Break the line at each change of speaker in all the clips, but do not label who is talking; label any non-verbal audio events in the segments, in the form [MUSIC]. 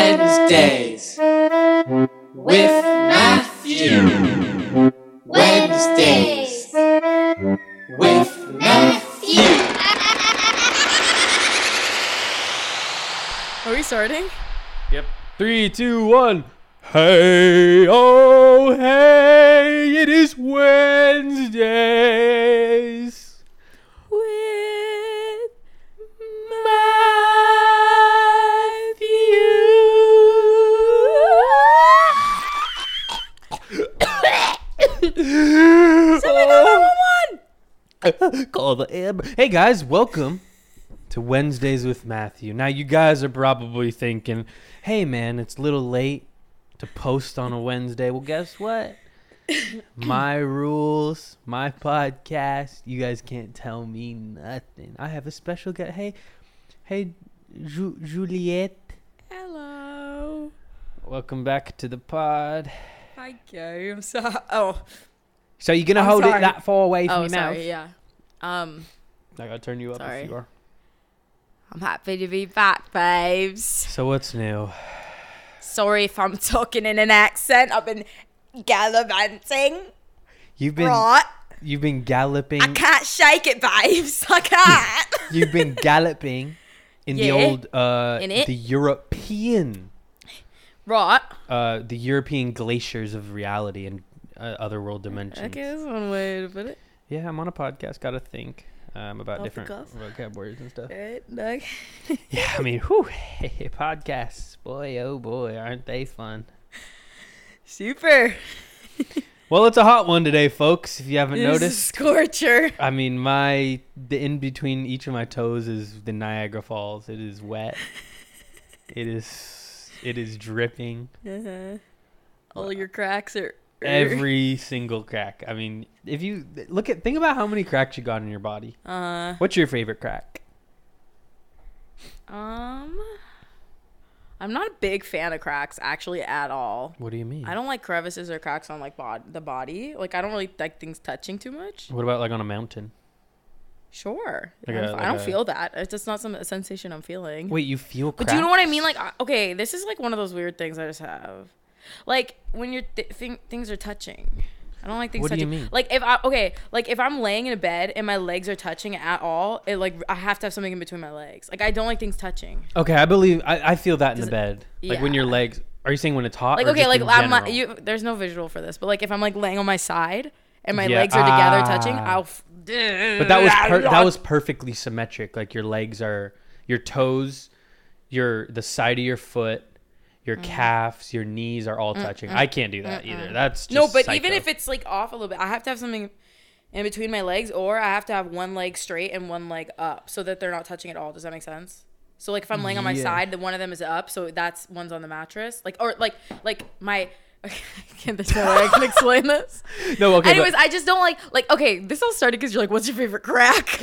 Wednesdays with Matthew. Wednesdays with Matthew.
Are we starting?
Three, two, one. Hey, oh, hey, it is Wednesdays.
With Matthew.
Call the amber. Hey, guys, welcome to Wednesdays with Matthew. Now, you guys are probably thinking, hey, man, it's a little late to post on a Wednesday. Well, guess
[LAUGHS]
what? my rules, my podcast, you guys can't tell me nothing. I have a special guest. Hey, hey, Ju- Juliet.
Hello.
Welcome back to the pod.
Hi, Gary. I'm sorry. Oh,
So you're gonna
I'm
hold
sorry.
it that far away from
oh,
your mouth?
sorry. Yeah. Um,
I gotta turn you up
Sorry.
if you are.
I'm happy to be back, babes.
So what's new?
Sorry if I'm talking in an accent. I've been gallivanting.
You've been
Right.
you've
I
been galloping.
can't shake it, babes. I can't.
You've been galloping in
Yeah.
the old uh
In it.
the European
[LAUGHS] right.
uh the European glaciers of reality and uh, other world dimensions.
Okay, that's one way to put it.
Yeah, I'm on a podcast. Gotta think um, about
Off the
different
cuff.
vocab words and stuff.
Alright, [LAUGHS] no.
[LAUGHS] yeah, I mean, whew, podcasts, boy, oh boy, aren't they fun?
Super.
Well, it's a hot one today, folks. If you haven't
This is
noticed,
scorcher.
I mean, my the in between each of my toes is the Niagara Falls. It is wet.
[LAUGHS]
it is it is dripping
Uh-huh. All your cracks are
every [LAUGHS] single crack. I mean, if you look at think about how many cracks you got in your body.
Uh,
What's your favorite crack?
um, I'm not a big fan of cracks actually at all.
What do you mean?
I don't like crevices or cracks on like bod- the body. Like I don't really like things touching too much.
What about like on a mountain?
Sure,
Like
I'm
a-
f-
like
I don't
a-
feel that. It's just not some a sensation I'm feeling.
Wait, you feel
But
cracks?
do you know what I mean? Like, I- okay, this is like one of those weird things I just have. Like when you're th- thing- things are touching. I don't like things
What do you
touching.
mean?
Like if I okay, like if I'm laying in a bed and my legs are touching at all, it like I have to have something in between my legs. Like I don't like things touching.
Okay, I believe I, I feel that in the
it-
bed. Like when your
yeah.
legs are you saying when it's hot?
Like
or
okay,
just
like
in
I'm like
general?
you. There's no visual for this, but like if I'm like laying on my side and my
Yeah,
legs are together touching,
ah.
I'll. F-
But
[LAUGHS]
that was per- that was perfectly symmetric. Like your legs are your toes, your the side of your foot,
Mm.
your calves, your knees are all touching. I can't do that either. That's just
no. But even if
psycho.
it's like off a little bit, I have to have something in between my legs, or I have to have one leg straight and one leg up, so that they're not touching at all. Does that make sense? So like if I'm laying on my
Yeah.
side, the one of them is up, so that's one's on the mattress. Like or like like my. [LAUGHS] I can't there's no way I can explain this.
no [LAUGHS] okay. but-
Anyways, I just don't like like okay. This all started because you're like, what's your favorite
[LAUGHS]
crack? [LAUGHS]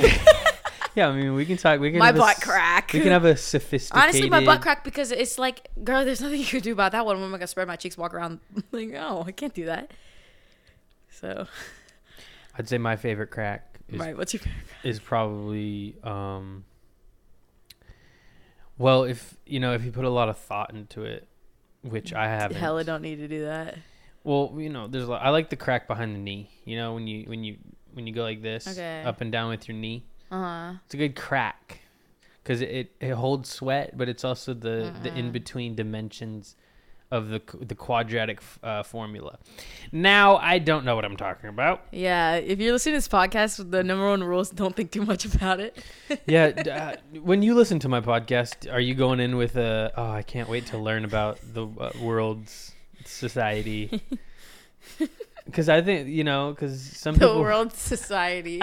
yeah, I mean we can talk. We can
My
have a
butt
s-
crack.
We can have
[LAUGHS]
a sophisticated.
Honestly, my butt crack because it's like, girl, there's nothing you can do about that one. When am I gonna spread my cheeks, walk around [LAUGHS] like, oh, I can't do that. So,
I'd say my favorite crack is
right, what's your
is probably um. Well, if you know if you put a lot of thought into it, which I haven't.
hell? I don't need to do that.
Well, you know, there's a lot, I like the crack behind the knee. You know, when you when you when you go like this,
Okay.
up and down with your knee,
Uh huh.
it's a good crack because it, it it holds sweat, but it's also the the in between dimensions of the qu- the quadratic f- uh, formula. Now I don't know what I'm talking about.
Yeah, if you're listening to this podcast, the number one rule is don't think too much about it.
Yeah, d- uh, when you listen to my podcast, are you going in with a oh I can't wait to learn about the uh, world's [LAUGHS] society? Because I think you know, because some
The
people
world society.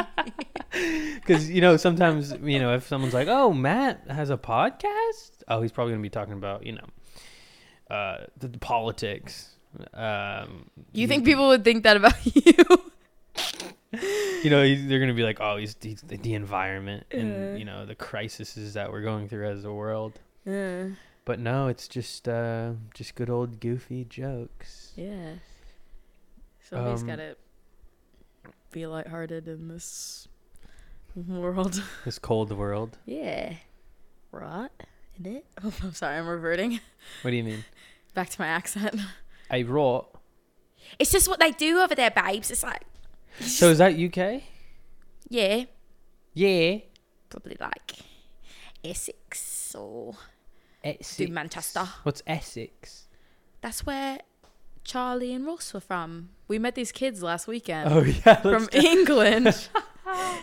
Because you know, sometimes you know, if someone's like, "Oh, Matt has a podcast," oh, he's probably gonna be talking about you know, uh, the, the politics. Um,
You think people would think that about [LAUGHS] you?
you know he's, they're gonna be like, "Oh, he's, he's the, the environment and you know the crises that we're going through as a world."
Uh,
But no, it's just uh, just good old goofy jokes.
yeah. Somebody's
Um,
gotta be lighthearted in this world.
This cold world.
Yeah. Right? send it. [LAUGHS] Oh, I'm sorry, I'm reverting [LAUGHS]
What do you mean?
back to my accent. [LAUGHS]
I wrote.
It's just what they do over there, babes. It's like,
So is that UK?
yeah,
Yeah.
probably like Essex or
Essex.
do Manchester.
What's Essex?
That's where Charlie and Ross were from. We met these kids last weekend
Oh [LAUGHS] yeah.
from England. [LAUGHS]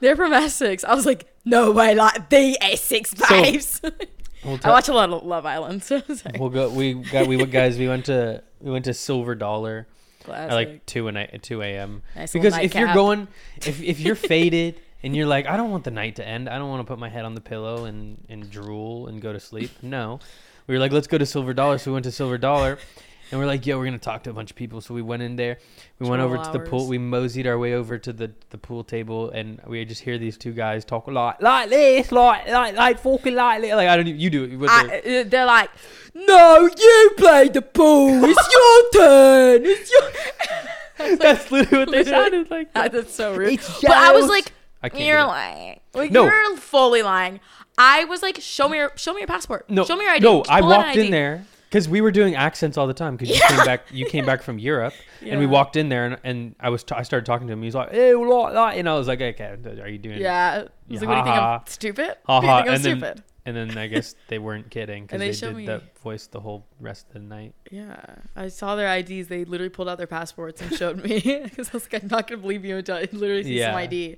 They're from Essex. I was like, no way, like the Essex babes.
[LAUGHS]
[LAUGHS]
we'll,
I
ta-
watch a lot of Love Island. [LAUGHS] So it's like,
[LAUGHS] we'll go. We got. We went, guys. We went to. We went to Silver Dollar at like
classic.
two and at two a.m.
Nice little
because if you're
nightcap.
going, if
[LAUGHS]
if you're faded and you're like, I don't want the night to end. I don't want to put my head on the pillow and and drool and go to sleep. No, we were like, let's go to Silver Dollar. So we went to Silver Dollar. And we're like, yo, we're gonna talk to a bunch of people. So we went in there. We went over
Twelve
to the pool.
hours.
We moseyed our way over to the, the pool table, and we just hear these two guys talk like like this, like like like fucking like this. Like I don't. Even, you do it. What the-
I, uh, they're like, [LAUGHS] no, you play the pool. It's
[LAUGHS]
your turn. It's your. I was like,
That's literally what they
literally.
sounded like.
"Ah, [LAUGHS] that's so rude.
It's
but I was
yours.
like,
I can't.
you're
do that.
lying. Like,
No.
You're fully lying. I was like, show me your, show me your passport.
No,
show me your ID.
No,
Just
I
pull out an
walked in
ID."
there because we were doing accents all the time. Because you came back, you came back from Europe, and we
Yeah.
walked in there, and, and I was t- I started talking to him. He was like, "Hey, what, like," and I was like, "Okay, are you doing?"
Yeah. I was like, what do you think?
Ha
I'm
ha.
stupid.
Ha
Do you
ha,
think I'm
and then-
stupid?
And then I guess they weren't kidding
[LAUGHS]
because
And they
they,
show
did
me-
that voice the whole rest of the night.
Yeah, I saw their IDs. They literally pulled out their passports and showed me [LAUGHS] because I was like, I'm not gonna believe you until I literally see
Yeah.
some ID.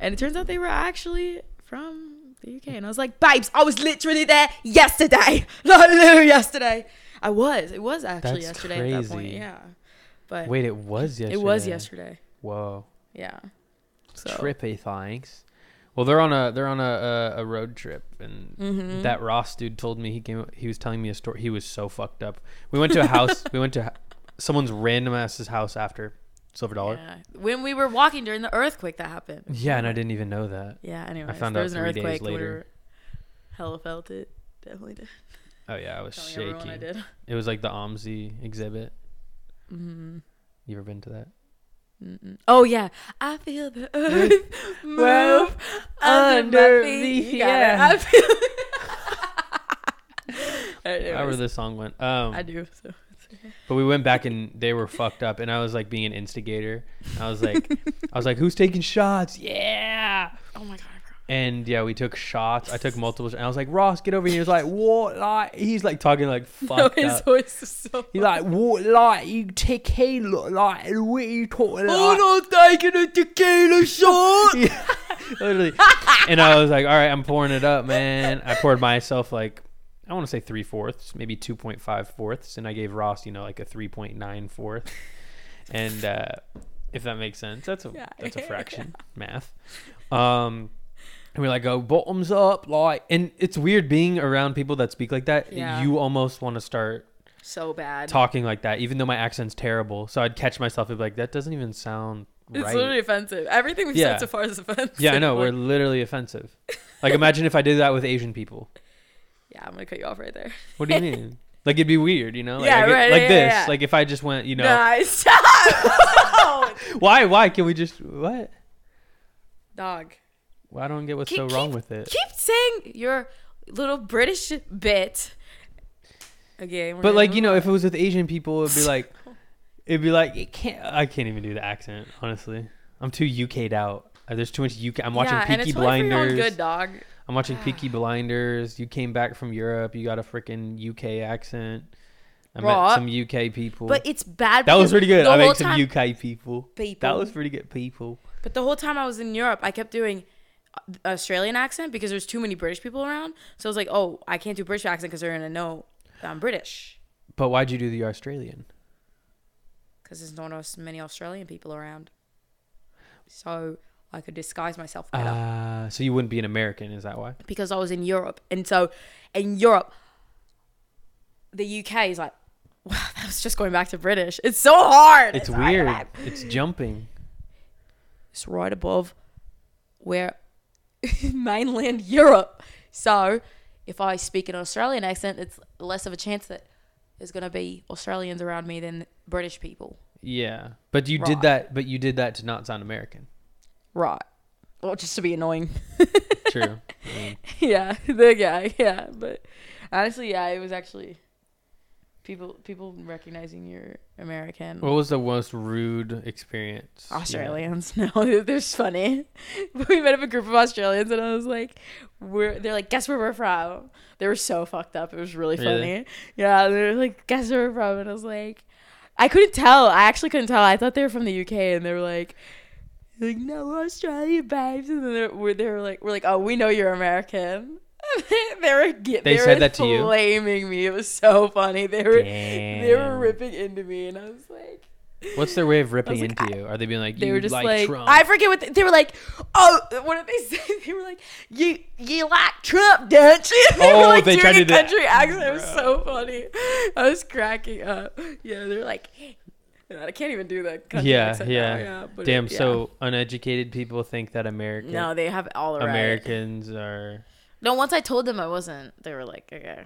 And it turns out they were actually from the UK. And I was like, babes, I was literally there yesterday. [LAUGHS] Not literally yesterday. I was. It was actually
That's
yesterday at that point.
crazy.
Yeah, but
Wait, it was yesterday.
it was yesterday.
Whoa,
Yeah. So
trippy thanks. Well, they're on a they're on a a, a road trip, and
Mhm.
that Ross dude told me he came. He was telling me a story. He was so fucked up. We went to a
[LAUGHS]
house. we went to ha- someone's random ass's house after Silver Dollar.
yeah. when we were walking during the earthquake that happened.
Yeah, and I didn't even know that.
Yeah. Anyways,
found
there
out
was an
three days
earthquake. and we
later.
were- Hella felt it. Definitely did.
Oh yeah, I was
Telling
shaking.
everyone I did.
It was like the OMSI exhibit.
Mm-hmm.
You ever been to that?
Mm-mm. Oh yeah, I feel the earth
[LAUGHS]
move under
under
my feet.
me,
You got it.
yeah.
I
[LAUGHS]
feel. Anyways,
However, the song went. Um,
I do. So.
But we went back and they were fucked up, and I was like being an instigator. I was like, I was like, who's taking shots? Yeah.
Oh my god.
And yeah, we took shots. I took multiple. Shots. And I was like, Ross, get over here. He was like, what? Like, he's like talking like
No,
fucked
[LAUGHS] his
up.
voice is so.
He's like, what? Like, you tequila? Like, what are you talking
Oh
like?
no, taking a tequila shot.
[LAUGHS] Yeah, literally. And I was like, all right, I'm pouring it up, man. I poured myself like, I want to say three fourths, maybe 2.5 fourths. And I gave Ross, you know, like a 3.9 fourth. And uh, if that makes sense, that's a,
Yeah.
that's a [LAUGHS] fraction math. Um, and we like go bottoms up, like, and it's weird being around people that speak like that.
Yeah.
You almost want to start
So bad.
talking like that, even though my accent's terrible. So I'd catch myself and be like, that doesn't even sound
it's
right.
literally offensive. Everything we've
Yeah.
said so far is offensive.
Yeah, I know.
[LAUGHS]
We're
Like,
literally offensive. Like, imagine if I did that with Asian people.
yeah, I'm gonna cut you off right there.
What
[LAUGHS]
do you mean? Like, it'd be weird, you know? Like,
Yeah,
I get-
right,
Like
yeah,
this.
yeah, yeah.
Like, if I just went, you know,
Nah, [LAUGHS] stop.
why? Why can we just what?
Dog.
Well, I don't get what's
Keep-
so wrong with it.
keep saying your little British bit. Okay, we're
but
gonna
like, you
move
know, if it was with Asian
[LAUGHS]
people, it'd be like, it'd be like, it can't. I can't even do the accent. Honestly, I'm too UK'd out. Uh, There's too much UK. I'm watching
yeah, and
Peaky
it's totally for your own
Blinders.
good dog. [SIGHS]
I'm watching Peaky Blinders. You came back from Europe. You got a freaking UK accent. I met
Right.
some UK people.
But it's bad.
That
because
was pretty good.
the
I
whole
made some
time-
UK people. That
People.
was pretty good people.
But the whole time I was in Europe, I kept doing uh, Australian accent because there's too many British people around. So I was like, oh, I can't do British accent because they're gonna know that I'm British
But why'd you do the Australian?
because there's not as many Australian people around. So I could disguise myself better.
Uh, so you wouldn't be an American, is that why?
because I was in Europe. And so in Europe, the UK is like, [LAUGHS] wow, that was just going back to British. It's so hard.
It's
hard.
weird. It's jumping.
It's right above where [LAUGHS] mainland Europe. So if I speak an Australian accent, it's less of a chance that there's going to be Australians around me than British people.
Yeah. But you did
Right.
that but you did that to not sound American.
Right. Or just to be annoying.
True.
[LAUGHS] yeah, [LAUGHS] the guy. Yeah, but honestly, yeah, it was actually people people recognizing you're American.
What was the most rude experience? you had?
Australians. [LAUGHS] No, they're just funny. [LAUGHS] we met up a group of Australians, and I was like, "We're." They're like, "Guess where we're from." They were so fucked up. It was really funny.
Really?
Yeah, they were like, "Guess where we're from," and I was like, "I couldn't tell. I actually couldn't tell. I thought they were from the UK," and they were like. Like no we're Australian babes, and then they were, they were like, "We're like, oh, we know you're American." [LAUGHS] they were get,
They
they
said
were
that to you?
flaming me. It was so funny. They were they were
Damn.
ripping into me, and I was like, [LAUGHS]
What's their way of ripping
like,
into you? Are they being like
they
you
were just
like,
like,
Trump?
I forget what they, they were like. Oh, what did they [LAUGHS] say? They were like, you you like Trump, don't you? [LAUGHS] They
Oh,
were like
they
doing
tried
a
to do that.
country accent. It was so funny. I was cracking up. Yeah, they were like, I can't even do [LAUGHS] that. Country
yeah,
accent now,
yeah.
but
Damn.
yeah.
So uneducated people think that American
no, they have all right.
Americans are.
No, once I told them I wasn't, they were like, okay,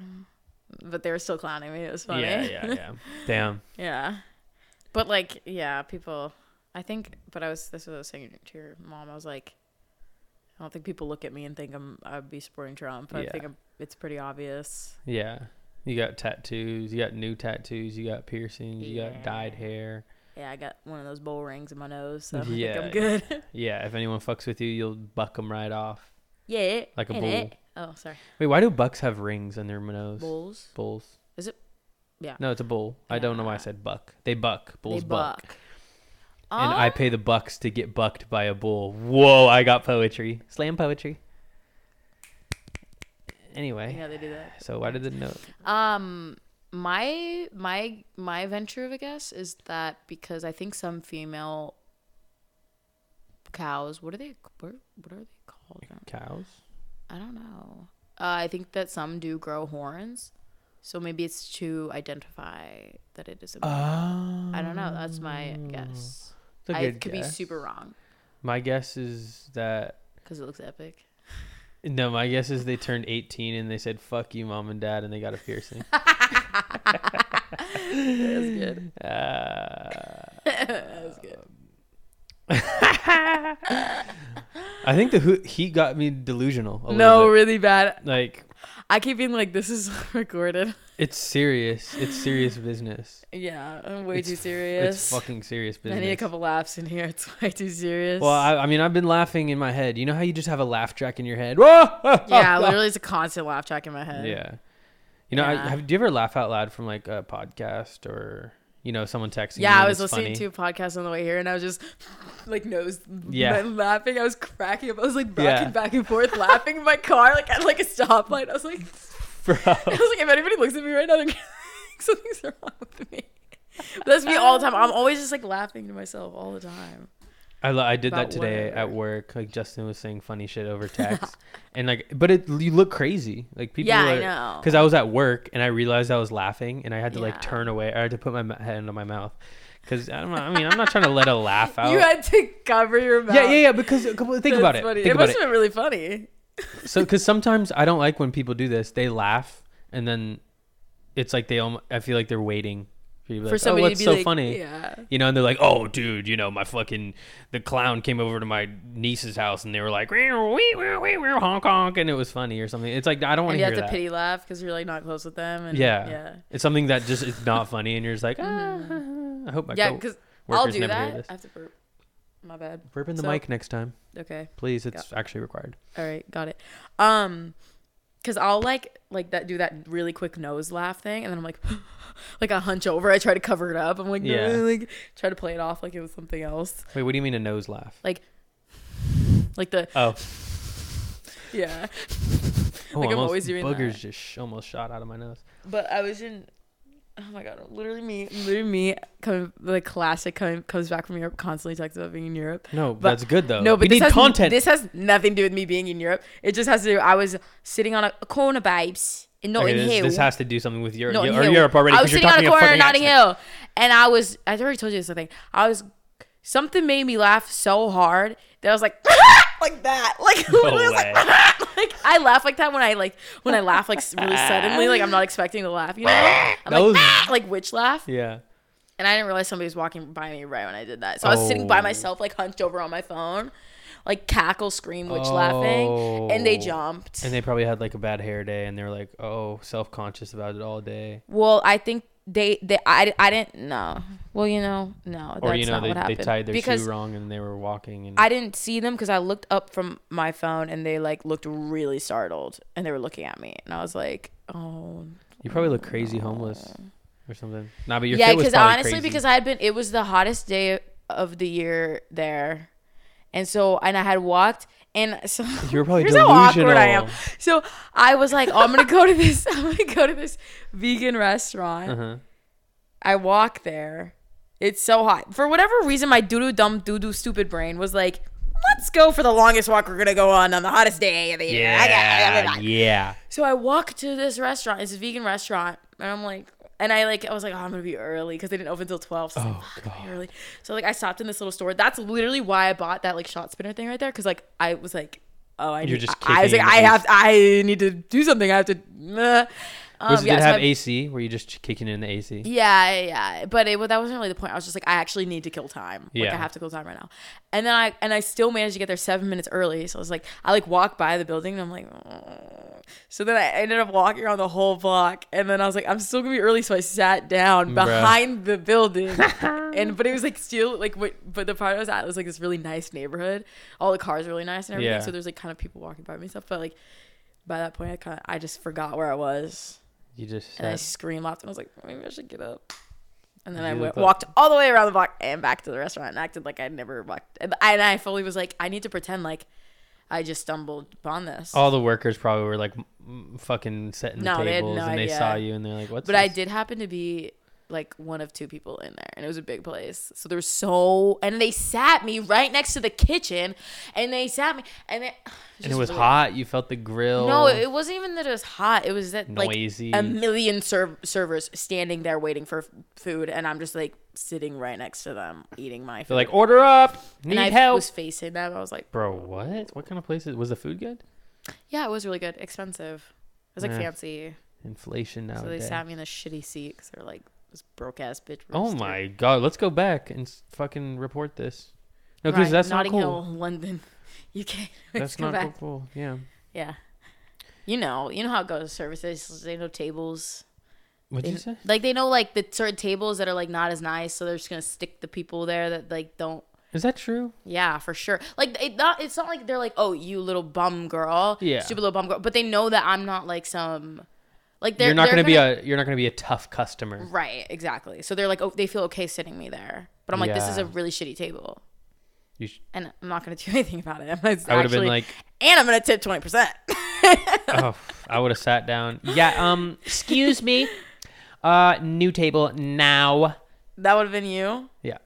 but they were still clowning me. It was funny.
Yeah,
[LAUGHS]
yeah, yeah. Damn.
Yeah. But like, yeah, people I think but I was this is what I was saying to your mom. I was like I don't think people look at me and think I'm I'd be supporting Trump. I
Yeah.
think I'm, it's pretty obvious.
Yeah. You got tattoos. You got new tattoos. You got piercings. You got dyed hair.
Yeah, I got one of those bowl rings in my nose, so I
Yeah,
think I'm good. [LAUGHS]
Yeah. If anyone fucks with you, you'll buck them right off.
yeah.
Like a
and
bull.
it- Oh, sorry.
Wait, why do bucks have rings in their nose?
Bulls.
Bulls.
Is it- yeah.
No, it's a bull. I don't know why I
Yeah.
said buck. They buck. Bulls
they
buck.
buck.
and I
Um,
pay the bucks to get bucked by a bull. Whoa, I got poetry. Slam poetry. Anyway,
Yeah, they do that.
so why did the note?
Um my my my venture of a guess is that because I think some female cows, what are they what are, what are they called?
Cows?
I don't know. Uh, I think that some do grow horns, so maybe it's to identify that it is a.
Oh.
I don't know. That's my guess.
That's a
I
good
could be
guess.
super wrong
My guess is that.
because it looks epic.
No, my guess is they turned 18 and they said, fuck you, mom and dad, and they got a
[LAUGHS]
piercing.
That's good.
uh,
that was good.
I think the ho- he got me delusional. A
No,
little bit.
really bad.
Like,
I keep being like, this is [LAUGHS] recorded.
it's serious. It's serious business.
Yeah, I'm way
It's
too
f- It's
serious.
fucking serious
I
business.
need a couple laughs in here. [LAUGHS] It's way too serious.
Well, I, I mean, I've been laughing in my head. You know how you just have a laugh track in your head? [LAUGHS] yeah,
[LAUGHS] yeah, literally, it's a constant laugh track in my head.
Yeah. You know, I,
Yeah.
have do you ever laugh out loud from like a podcast or you know someone texting? you
Yeah, I
and
was
it's
listening
funny?
to a podcast on the way here, and I was just [LAUGHS] like nose
Yeah.
yeah. laughing. I was cracking up. I was like rocking
Yeah.
back and forth, laughing in my car, like at like a stoplight. I was like, [LAUGHS]
[LAUGHS]
I
Bro.
was like, if anybody looks at me right now, they're gonna [LAUGHS] think something's wrong with me. But that's me all the time. I'm always just like laughing to myself all the time.
I, lo- I did that
About
today
whatever.
at work. Like Justin was saying funny shit
[LAUGHS]
over text, and like, but it you look crazy. Like people.
yeah,
are,
I know.
Because I was at work and I realized I was laughing and I had to
Yeah.
like turn away. I had to put my ma- hand on my mouth because I don't know. I mean, I'm not trying to let a laugh
[LAUGHS]
out.
you had to cover your mouth.
yeah, yeah, yeah. Because come on, think
That's
about it.
funny.
Think
it
about
must
it.
have been really funny.
So, because sometimes I don't like when people do this. They laugh, and then it's like they. Almost, I feel like they're waiting for you. To be
For
like, oh,
somebody
what's
to be
so
like,
funny?
Yeah.
You know, and they're like, "Oh, dude, you know, my fucking the clown came over to my niece's house, and they were like, wee, wee, wee, wee, wee, honk honk, and it was funny or something." It's like I don't want
And
to
you
hear
have to
that.
pity laugh because you're like not close with them. And
yeah.
Yeah.
it's something that just is
[LAUGHS]
not funny, and you're just like, "Ah." I hope my
Mm-hmm. Yeah,
co-
because I'll
workers
do
never hear
that.
this.
I have to burp. My bad.
burp in the
so-
mic next time,
Okay.
please. It's actually required.
All right. Got it. Um, cause I'll like like that do that really quick nose laugh thing, and then I'm like, [LAUGHS] like I hunch over. I try to cover it up. I'm like,
Yeah.
[LAUGHS] like try to play it off like it was something else.
Wait, what do you mean a nose laugh?
Like, like the
Oh,
yeah.
oh
[LAUGHS] Like, I'm
almost-
always doing that.
boogers just sh- almost shot out of my nose.
[LAUGHS] But I was in. Oh my god! Literally me, literally me. Coming the classic coming, comes back from Europe. Constantly talks about being in Europe.
No,
But-
that's good though.
No, but
we
this
Oh. need
has,
content.
This has nothing to do with me being in Europe. It just has to do. I was sitting on a, a corner, babes, and not
Okay,
in
this,
here.
this has to do something with Europe
not in
or
here.
Europe already.
I was
'cause you're
sitting on
talking
a corner,
fucking
not in
accent.
here, and I was. I already told you this. I think I was. Something made me laugh so hard that I was like, [LAUGHS] like that, [LAUGHS] like literally I was like, [LAUGHS] like I laugh like that when I like when I laugh like really suddenly, like I'm not expecting to laugh, you know?
[LAUGHS]
I'm
That
like [LAUGHS]
was-
like witch laugh.
Yeah.
And I didn't realize somebody was walking by me right when I did that. So I was sitting by
Oh.
myself, like hunched over on my phone. like cackle, scream, witch laughing, and they
Oh.
jumped.
And they probably had like a bad hair day, and they were like, "Oh, self conscious about it all day."
well, I think they they I, I didn't know. Well, you know, no, that's
Or you know,
not
they,
what
they
happened.
tied their
because
shoe wrong, and they were walking. And
I didn't see them because I looked up from my phone and they like looked really startled and they were looking at me and I was like, oh
you probably look crazy, homeless or something. Nah, but your
yeah,
fit was
because
probably
honestly,
crazy.
because I had been, it was the hottest day of the year there, and so and I had walked, and [LAUGHS]
[LAUGHS]
so
You were probably
here's how awkward I am.
delusional.
So I was like, oh, I'm gonna go to this, [LAUGHS] I'm gonna go to this vegan restaurant.
Uh-huh.
I walk there, it's so hot. For whatever reason, my doo doo dumb doo doo stupid brain was like, let's go for the longest walk we're gonna go on on the hottest day of the year. [LAUGHS] I got-
Yeah, yeah.
so I walk to this restaurant. It's a vegan restaurant, and I'm like, and I like, I was like, oh, I'm gonna be early because they didn't open until twelve. So I was like,
Oh,
"Fuck, I'm gonna be
God.
early. So like, I stopped in this little store. That's literally why I bought that like shot spinner thing right there because like I was like, oh, I
You're
need,
just
I, I was like,
kicking
I
it.
have, I need to do something. I have to. uh." Um,
Was, did
yeah,
it
so
have
I-
AC? Were you just ch- kicking it in the AC?
yeah, yeah, yeah. but it, well, that wasn't really the point. I was just like, I actually need to kill time. Like, I
Yeah.
have to kill time right now. And then I and I still managed to get there seven minutes early. So I was like, I like walk by the building and I'm like, "Ugh." so then I ended up walking around the whole block. And then I was like, I'm still gonna be early. So I sat down
Bruh.
behind the
[LAUGHS]
building. and but it was like still like what? But the part I was at was like this really nice neighborhood. All the cars were really nice and everything.
Yeah.
So there's like kind of people walking by me and stuff. But like by that point, I kind of I just forgot where I was.
You just
And I
sat-
screamed laughed and I was like, maybe I should get up. And then I
You
went,
look like-
walked all the way around the block and back to the restaurant and acted like I never walked. And I, and I fully was like, I need to pretend like I just stumbled upon this.
all the workers probably were like m- fucking setting
No,
the
they had
tables,
no
and they
idea.
saw you, and they're like, "What's?"
but I
this?"
did happen to be like one of two people in there and it was a big place. So there was so, and they sat me right next to the kitchen and they sat me and they, [SIGHS]
And it was
hot.
hot. You felt the grill.
No, it wasn't even that it was hot. It was that
Noisy.
like a million serv- servers standing there waiting for f- food, and I'm just like sitting right next to them eating my food.
They're like, "Order up. Need
and I
help."
was facing them. I was like,
Bro, what? What kind of place is? Was the food good?
yeah, it was really good, expensive. It was like
Yeah. Oh,
fancy.
Inflation
So they
nowadays.
sat me in a shitty seat because they're like this broke ass bitch.
oh
rooster.
my god, let's go back and s- fucking report this. No, because
Right,
that's not
Notting Hill,
cool.
[LAUGHS] London, UK.
That's
go
not
back.
cool. Yeah.
Yeah, you know, you know how it goes. Services, they know tables.
What'd you
They-
say?
Like they know like the certain tables that are like not as nice, so they're just gonna stick the people there that like don't.
Is that true?
Yeah, for sure. Like it not, it's not like they're like, oh, you little bum girl,
Yeah.
stupid little bum girl. But they know that I'm not like some, like they're
you're not
they're
gonna, be a you're not gonna be a tough customer.
right, exactly. So they're like, oh, they feel okay sitting me there, but I'm like, this is
Yeah.
a really shitty table,
You sh-
and I'm not gonna [LAUGHS] do anything about it. It's
I would have
actually-
been like,
and I'm gonna tip twenty percent. [LAUGHS]
oh, I would have sat down. Yeah.
[LAUGHS]
Um. Excuse me. Uh. New table now.
That would have been you.
Yeah.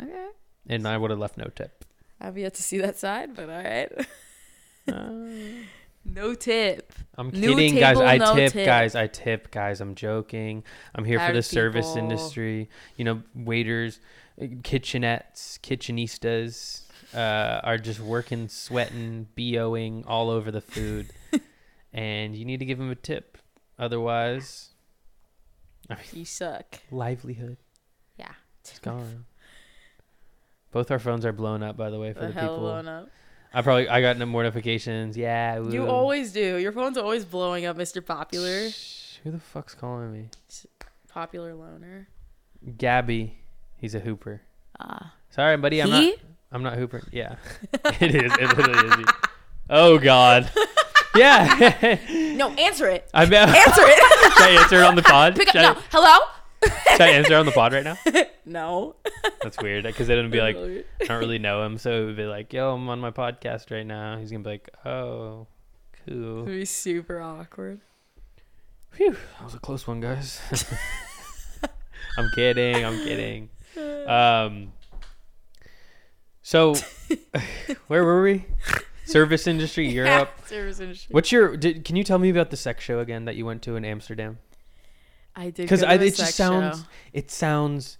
Okay,
And I would have left no
[LAUGHS]
tip.
I've yet to see that side, but all right. [LAUGHS]
Uh,
no tip.
I'm
New
kidding, guys.
table,
I
no
tip,
tip.
guys. I tip, guys. I'm joking. I'm here
Our
for the service
people.
industry. You know, waiters, uh, kitchenettes, kitchenistas uh, are just working, sweating, boing all over
[LAUGHS]
the food, and you need to give them a tip. Otherwise,
You suck.
livelihood
Yeah.
is gone. Both our phones are blown up, by the way, for
The
the
hell
people.
blown up.
I probably I got no more notifications. Yeah,
You
woo.
always do. Your phone's always blowing up, Mr. Popular.
Shh, Who the fuck's calling me?
Popular loner.
Gabby, he's a hooper.
Ah.
Sorry, buddy, I'm
He?
not. I'm not hooper. Yeah, [LAUGHS] it is. It literally is. he. Oh God. Yeah.
[LAUGHS]
[LAUGHS]
No, answer it.
I bet.
Answer [LAUGHS] it.
Should I answer it on the pod?
Pick up.
should,
No.
I, should
Hello?
I answer on the pod right now?
[LAUGHS] no.
That's weird because it'd be like I don't really know him, so it would be like, "Yo, I'm on my podcast right now." He's gonna be like, "Oh, cool."
It'd be super
[LAUGHS]
awkward.
Phew, that was a close
[LAUGHS]
one, guys. I'm kidding.
[LAUGHS]
I'm kidding. Um,
[LAUGHS]
so, where were we? Service industry, Europe.
Service industry.
What's your? Did, can you tell me about the sex show again that you went to in Amsterdam?
I did
Because
because
it just sounds. It sounds.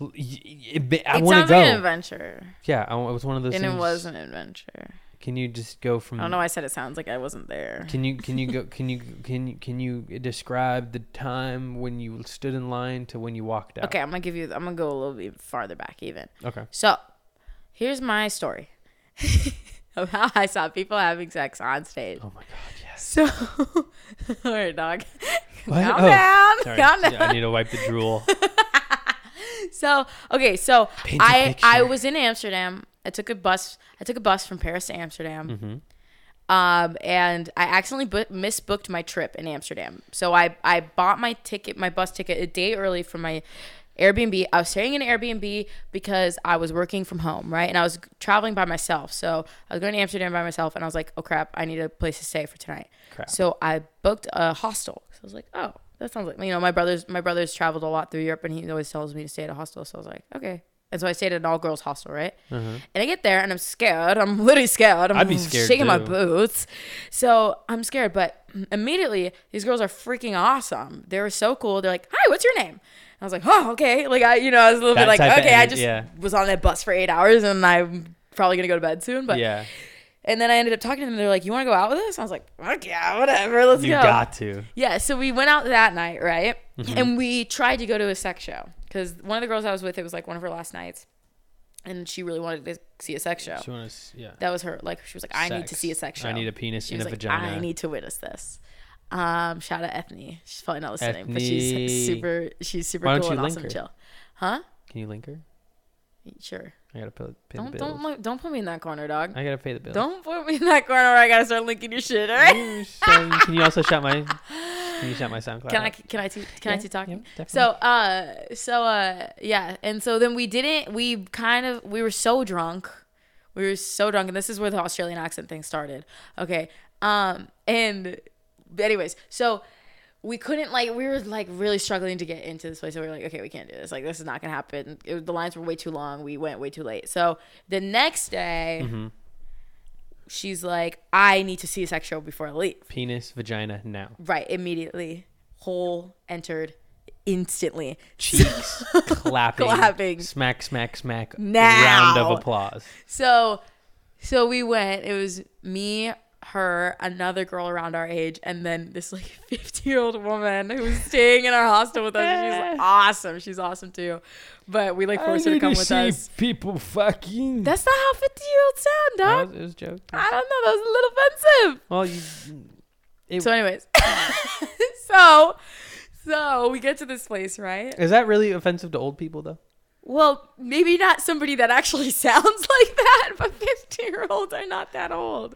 l- y- y- I
it sounds
want to go.
like an adventure,
yeah, I, wa- it was one of those.
and
things.
it was an adventure.
Can you just go from?
I don't know. why I said it sounds like I wasn't there.
Hmm. Can you can
[LAUGHS]
you go can you can you can you describe the time when you stood in line to when you walked out?
Okay, I'm gonna give you. I'm gonna go a little bit farther back even.
Okay.
So, here's my story. [LAUGHS] of how I saw people having sex on stage.
Oh my god, yes.
So, [LAUGHS] all right, dog. [LAUGHS]
What?
Calm
Oh,
down.
Sorry.
Calm down.
Yeah, I need to wipe the drool.
So okay, so
Paint a
I I
picture.
was in Amsterdam. I took a bus. I took a bus from Paris to
Mm.
Amsterdam. Um, and I accidentally bu- misbooked my trip in Amsterdam. So I I bought my ticket, my bus ticket, a day early from my Airbnb. I was staying in an Airbnb because I was working from home, right? And I was traveling by myself. So I was going to Amsterdam by myself, and I was like, oh crap, I need a place to stay for tonight.
Crap.
So I booked a hostel. So I was like, oh, that sounds like you know my brother's my brother's traveled a lot through Europe, and he always tells me to stay at a hostel. So I was like, okay. And so I stayed at an all girls hostel, right? And I get there and I'm scared. I'm literally scared. I'm
Mm-hmm. I'd be scared,
shaking my
too.
boots. So I'm scared, but immediately these girls are freaking awesome. They were so cool. They're like, "Hi, what's your name?" I was like, "Oh, okay." Like I, you know, I was a little
That
bit like,
type of
"Okay, I
energy,
just
yeah.
was on that bus for eight hours, and I'm probably gonna go to bed soon." [LAUGHS] But
yeah.
and then I ended up talking to them. They're like, "You want to go out with us?" I was like, "Fuck yeah, whatever, let's
You
go."
got Mm-hmm. to.
Yeah, so we went out that night, right? And we tried to go to a sex show because one of the girls I was with, it was like one of her last nights, and she really wanted to see a sex show.
She wants, yeah.
That was her. Like she was like, "I need to
Sex.
see a sex show."
I need a penis
She
and
was
a
like,
vagina.
I need to witness this. Um, shout out Ethne. She's probably not listening, but
Ethne.
she's super. She's super
Why don't
cool
you
and
link
awesome.
her?
and Chill, huh?
Can you link her?
Sure.
I gotta pay, pay
Don't
the
don't
bills.
like- don't put me in that corner, dog.
I gotta pay the bills.
Don't put me in that corner where I gotta start linking your shit. All right.
Ooh, son, can you also shout my? Can you
[LAUGHS]
shout my SoundCloud?
Can I
out?
can I t- can I
Yeah,
keep talking?
yeah,
so uh so uh yeah, and so then we didn't. We kind of we were so drunk, we were so drunk, and this is where the Australian accent thing started. Okay, um, and anyways, so we couldn't like we were like really struggling to get into this place. So we were like, okay, we can't do this. Like this is not gonna happen. It, the lines were way too long. We went way too late. So the next day,
Mm-hmm.
she's like, I need to see a sex show before I leave.
Penis, vagina, now.
Right, immediately. Hole entered instantly.
Cheeks [LAUGHS] clapping.
Clapping.
Smack, smack, smack.
Now.
Round of applause.
So so we went. It was me, her, another girl around our age, and then this like [LAUGHS] 50 year old woman who was staying in our hostel with us. and She's like, awesome. She's awesome too. But we like forced her to come with
[LAUGHS]
us.
people fucking.
That's not how 50 year olds sound,
it
dog.
was, it was a joke.
I don't know. That was a little offensive.
Well, you, it,
So, anyways, [LAUGHS] so so we get to this place, right?
is that really offensive to old people though?
Well, maybe not somebody that actually [LAUGHS] sounds like that, but 15 year olds are not that old.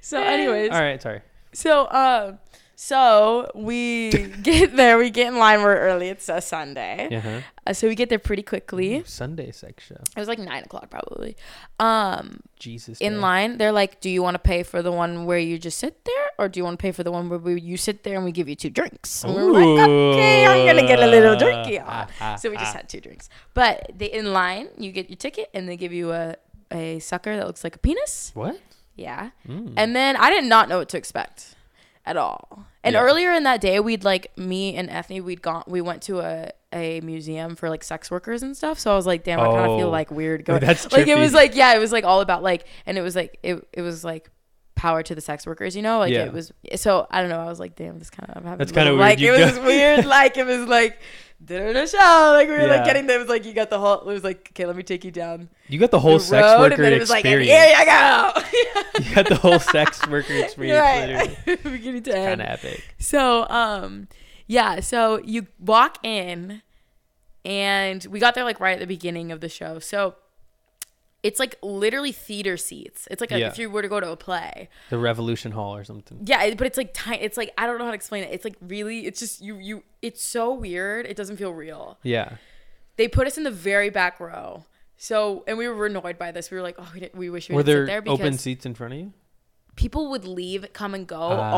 So, anyways,
All right, sorry.
so, um, so
[LAUGHS]
we get there, we get in line, we're early, it's a Sunday.
Uh-huh.
Uh, so we get there pretty quickly. It
Sunday sex show.
was like nine o'clock probably. Um,
Jesus.
in
man.
line, they're like, "Do you want to pay for the one where you just sit there, or do you want to pay for the one where we, you sit there and we give you two drinks?" And we we're like, "Okay, I'm gonna get a little drinky on."
Ah, ah,
so we just
ah.
had two drinks. But they in line, you get your ticket, and they give you a a sucker that looks like a penis.
What?
Yeah.
Hmm.
And then I did not know what to expect at all. And
Yeah.
earlier in that day, we'd like me and Ethne, we'd gone, we went to a a museum for like sex workers and stuff. So I was like, damn, I kind of
Oh.
feel like weird going.
That's
[LAUGHS] like it
trippy.
was like yeah, it was like all about like, and it was like it it was like power to the sex workers, you know? Like
Yeah.
it was. So I don't know. I was like, damn, this kind of I'm having
That's
a
kinda
little-
weird.
Like
You
it was
[LAUGHS] go-
weird. Like it was like. Dinner to show, like we were
Yeah.
like getting there. It was like you got the whole. It was like okay, let me take you down
You got the whole
the
sex
road,
worker
and then it was like, and
experience.
here you [LAUGHS] go.
[LAUGHS] you got the
[LAUGHS]
whole sex worker experience.
right. [LAUGHS] Beginning to
Kind of
end.
epic.
So, um, yeah. So you walk in, and we got there like right at the beginning of the show. So it's like literally theater seats. It's like a,
Yeah.
if you were to go to a play.
The Revolution Hall or something.
Yeah, it- but it's like tiny. It's like I don't know how to explain it. It's like really. It's just you. You. It's so weird. It doesn't feel real
Yeah.
they put us in the very back row. So, and we were annoyed by this. We were like, oh, we, didn't, we wish we
Were
would
there,
sit there because
open seats in front of
[LAUGHS]
you?
people would leave, come and go
Ah.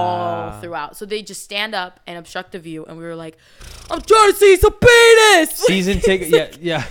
all throughout. So they just stand up and obstruct the view. And we were like, I'm trying to see some penis [LAUGHS]
Season ticket. Yeah, yeah.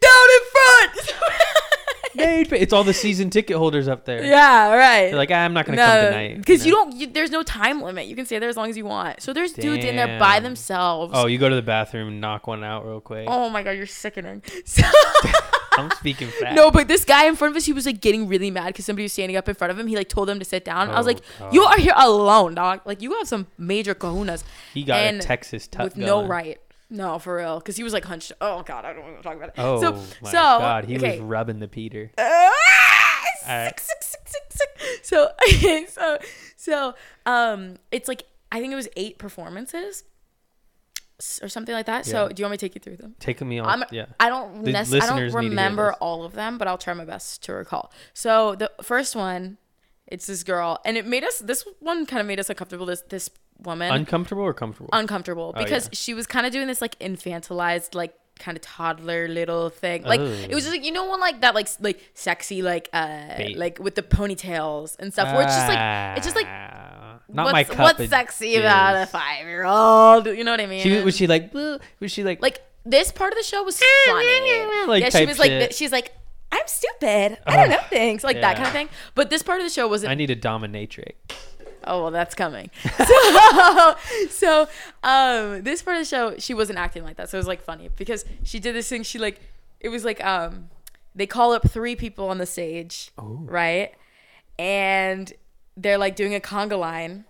down in front.
[LAUGHS] They'd pay- It's all the season ticket holders up
[LAUGHS]
there.
yeah, right.
They're like, "Ah, I'm not gonna come tonight
because you don't. You, there's no time limit. You can stay there as long as you want. So there's dudes in there by
Damn.
themselves.
Oh, you go to the bathroom, and knock one out real quick.
Oh my god, you're sickening. So-
[LAUGHS] I'm speaking fast.
No, but this guy in front of us, he was like getting really mad because somebody was standing up in front of him. He like told them to sit down. I was
Oh,
like,
God.
"You are here alone, dog. Like you have some major kahunas
he got a
and
Texas tuck.
with no
going.
right." No, for real, because he was like hunched. Oh God, I don't want to talk about it.
Oh
so,
my
so,
god, he
okay.
was rubbing the Peter.
Ah,
Alright.
sick, sick, sick, sick, sick. So, [LAUGHS] so, so, um, it's like I think it was eight performances s- or something like that. So,
Yeah.
do you want me to take you through them?
Taking me on.
I'm,
yeah.
I don't
The
nec- I
listeners
don't
need to hear
remember
this.
all of them, but I'll try my best to recall. So the first one, it's this girl, and it made us. This one kind of made us uncomfortable. This this woman
Uncomfortable or comfortable?
uncomfortable
oh, yeah.
because she was kind of doing this like infantilized like kind of toddler little thing like it was just like you know one like that like s- like sexy like uh
Oh. Bait.
like with the ponytails and stuff where it's just like it's just like
Ah. not
what's,
my cup.
what's
it
sexy about a
is.
five year old you know what i mean
She was she like "Bleh," was she like
like this part of the show [LAUGHS] was funny.
Like,
yeah, she
type
was like
shit.
th- she's like I'm stupid. I don't
Uh-huh.
know things like that
Yeah.
kind of thing. But this part of the show wasn't.
I need a dominatrix.
oh well, that's coming. [LAUGHS] so, so um, this part of the show, she wasn't acting like that. So it was like funny because she did this thing. She like it was like um, they call up three people on the stage,
Oh.
right? And they're like doing a conga line.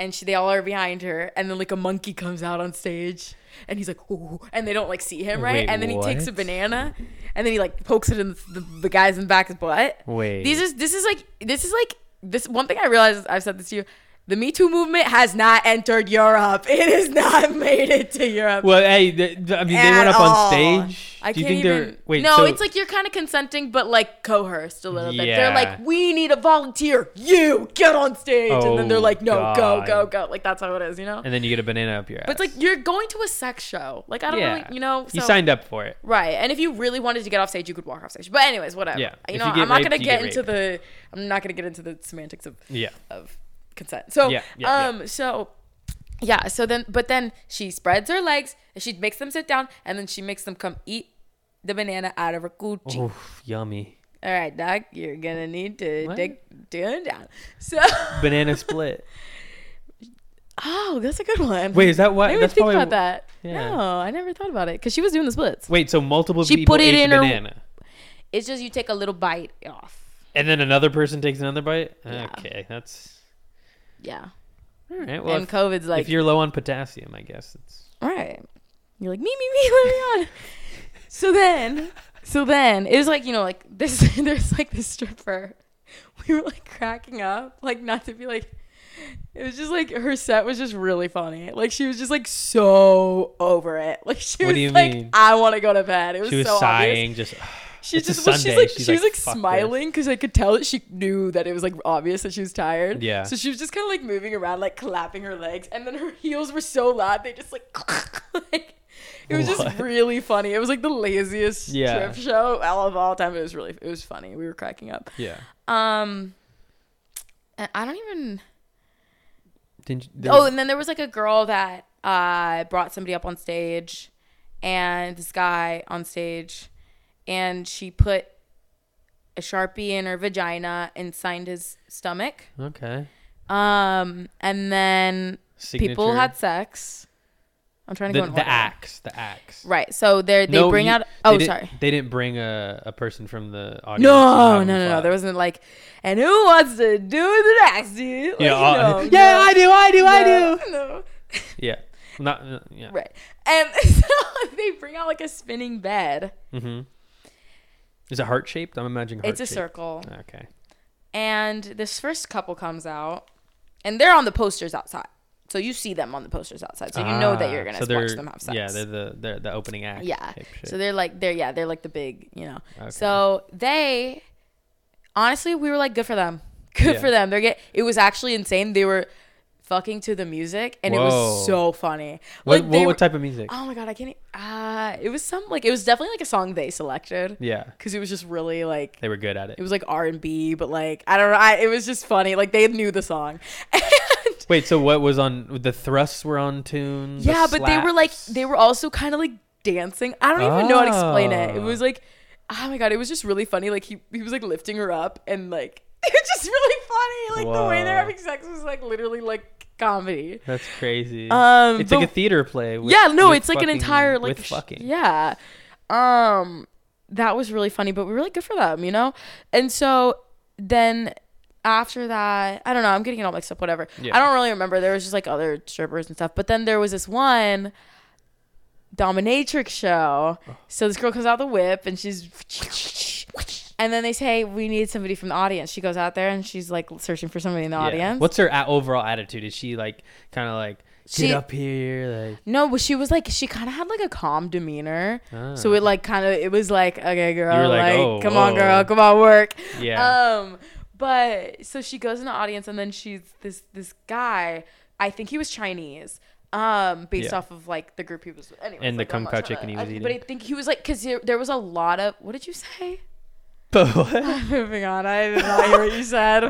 And she, they all are behind her, and then like a monkey comes out on stage, and he's like, "Ooh," and they don't like see him, right?
Wait,
and then he takes a
what?
banana, and then he like pokes it in the, the guy's in the back of butt.
Wait.
these is this is like this is like this one thing I realized I've said this to you. The Me Too movement has not entered Europe. It has not [LAUGHS] made it to Europe.
Well, hey, th- th- I mean, they
at
went up
all.
on stage.
I
Do you
can't
think
even.
they're wait?
no,
so-
it's like you're kind of consenting, but like coerced a little bit. They're
Yeah.
like, "We need a volunteer. You get on stage," and then they're
Oh,
like, "No, go,
God.
go, go!" Like that's how it is, you know.
and then you get a banana up your ass.
But it's like you're going to a sex show. Like I don't
yeah,
really, you know.
you
so-
signed up for it.
Right, and if you really wanted to get off stage, you could walk off stage. But anyways, whatever.
Yeah,
You
if
know,
you get
I'm not
raped,
gonna
you
get,
get
into the. I'm not gonna get into the semantics of
Yeah.
of consent. So
Yeah, yeah, yeah.
um so yeah, so then but then she spreads her legs and she makes them sit down and then she makes them come eat the banana out of her coochie.
Oof, yummy.
All right, doc, you're gonna need to
What?
dig turn down. So [LAUGHS]
Banana split.
Oh, that's a good one.
[LAUGHS] Wait, is that why?
I didn't even
That's
think
probably
about that.
yeah.
No, I never thought about it because she was doing the splits.
Wait, so multiple
She
people
put it
ate
in
the
her-
banana,
It's just you take a little bite off.
and then another person takes another bite.
Yeah.
Okay, that's
Yeah.
all right. Well,
and
if,
COVID's like
if you're low on potassium, I guess it's
All right. You're like, me, me, [LAUGHS] me, let me on. so then, so then, it was like, you know, like this, [LAUGHS] there's like this stripper. [LAUGHS] We were like cracking up, like not to be like, it was just like her set was just really funny. Like she was just like so over it. [LAUGHS] Like she
What
was
do you
like,
mean?
I want to go to bed. It was,
she was
so obvious.
sighing. Just [SIGHS]
She
It's a
just well, she's
Sunday.
like
She's
she was
like,
like
"Fuck this."
smiling because I could tell that she knew that it was like obvious that she was tired.
Yeah.
So she was just kind of like moving around, like clapping her legs, and then her heels were so loud they just like [LAUGHS] like it was just
What?
really funny. It was like the laziest
Yeah.
strip show all of all time. It was really it was funny. We were cracking up.
yeah.
Um, and I don't even.
Didn't you,
Oh, and then there was like a girl that uh, brought somebody up on stage, and this guy on stage, and she put a sharpie in her vagina and signed his stomach.
okay.
Um, and then people
Signature.
had sex. I'm trying to
the,
go in
the
order.
axe, the axe.
Right. So they they
No,
bring
you-
out.
they
Oh,
didn't-
sorry.
They didn't bring a, a person from the audience.
No, no, no, no. There wasn't like, and who wants to do the next, dude? Like,
Yeah,
no,
uh, [LAUGHS] yeah,
no,
I do, I do, I
[LAUGHS]
do.
no, no.
Yeah, not uh, yeah.
Right. And [LAUGHS] so they bring out like a spinning bed.
Mm-hmm. Is it heart shaped? I'm imagining heart
It's a circle.
Okay.
And this first couple comes out and they're on the posters outside. So you see them on the posters outside. So you know that you're
Ah,
going to
so
watch
they're-
them have sex.
Yeah, they're the they're the opening act.
Yeah.
type shit.
So they're like they're yeah, they're like the big, you know.
Okay.
So they honestly we were like good for them. [LAUGHS] Good
Yeah.
for them. They're get it was actually insane. They were fucking to the music and it was
Whoa.
so funny. they
what what,
were-
what type of music?
Oh my god, I can't. e- Uh, it was some like it was definitely like a song they selected.
yeah,
because it was just really like
they were good at it.
it was like R and B, but like I don't know, I, it was just funny. Like they knew the song, [LAUGHS] and
Wait, so what was on? The thrusts were on tune. the
yeah, but they were like
slaps?
they were also kind of like dancing. I don't even know how to explain it. It
Oh.
was like, oh my god, it was just really funny. Like he he was like lifting her up and like [LAUGHS] it was just really funny. Like the way they're
Wow.
having sex was like literally like comedy.
That's crazy.
Um,
it's like a
but-
theater play. With,
yeah, no,
with
it's like an
fucking-
entire like
with
sh-
fucking.
Yeah. Um that was really funny, but we were like good for them, you know? And so then after that, I don't know, I'm getting it all mixed up, whatever.
Yeah.
I don't really remember. There was just like other strippers and stuff. But then there was this one dominatrix show. So this girl comes out the whip and she's. [LAUGHS] And then they say, we need somebody from the audience. She goes out there and she's like searching for somebody in the
Yeah.
audience.
What's her a- overall attitude? Is she like kind of like
She-
get up here? Like
No, but she was like, she kind of had like a calm demeanor.
Ah.
So it like kind of, it was like, okay,
You
girl,
were like,
like,
"Oh,
come on,
whoa."
girl, come on, work.
[LAUGHS] yeah,
Um, but so she goes in the audience, and then she's this this guy. I think he was Chinese. Um, based
Yeah.
off of like the group he was. Anyways,
And the
like, I'm
kung
not
pao
trying
chicken he
I-
was
uh, But I
eating.
think he was like, cause there, there was a lot of. What did you
[LAUGHS]
say? [LAUGHS]
[LAUGHS] but what?
Moving on. I did not hear what you
[LAUGHS]
said.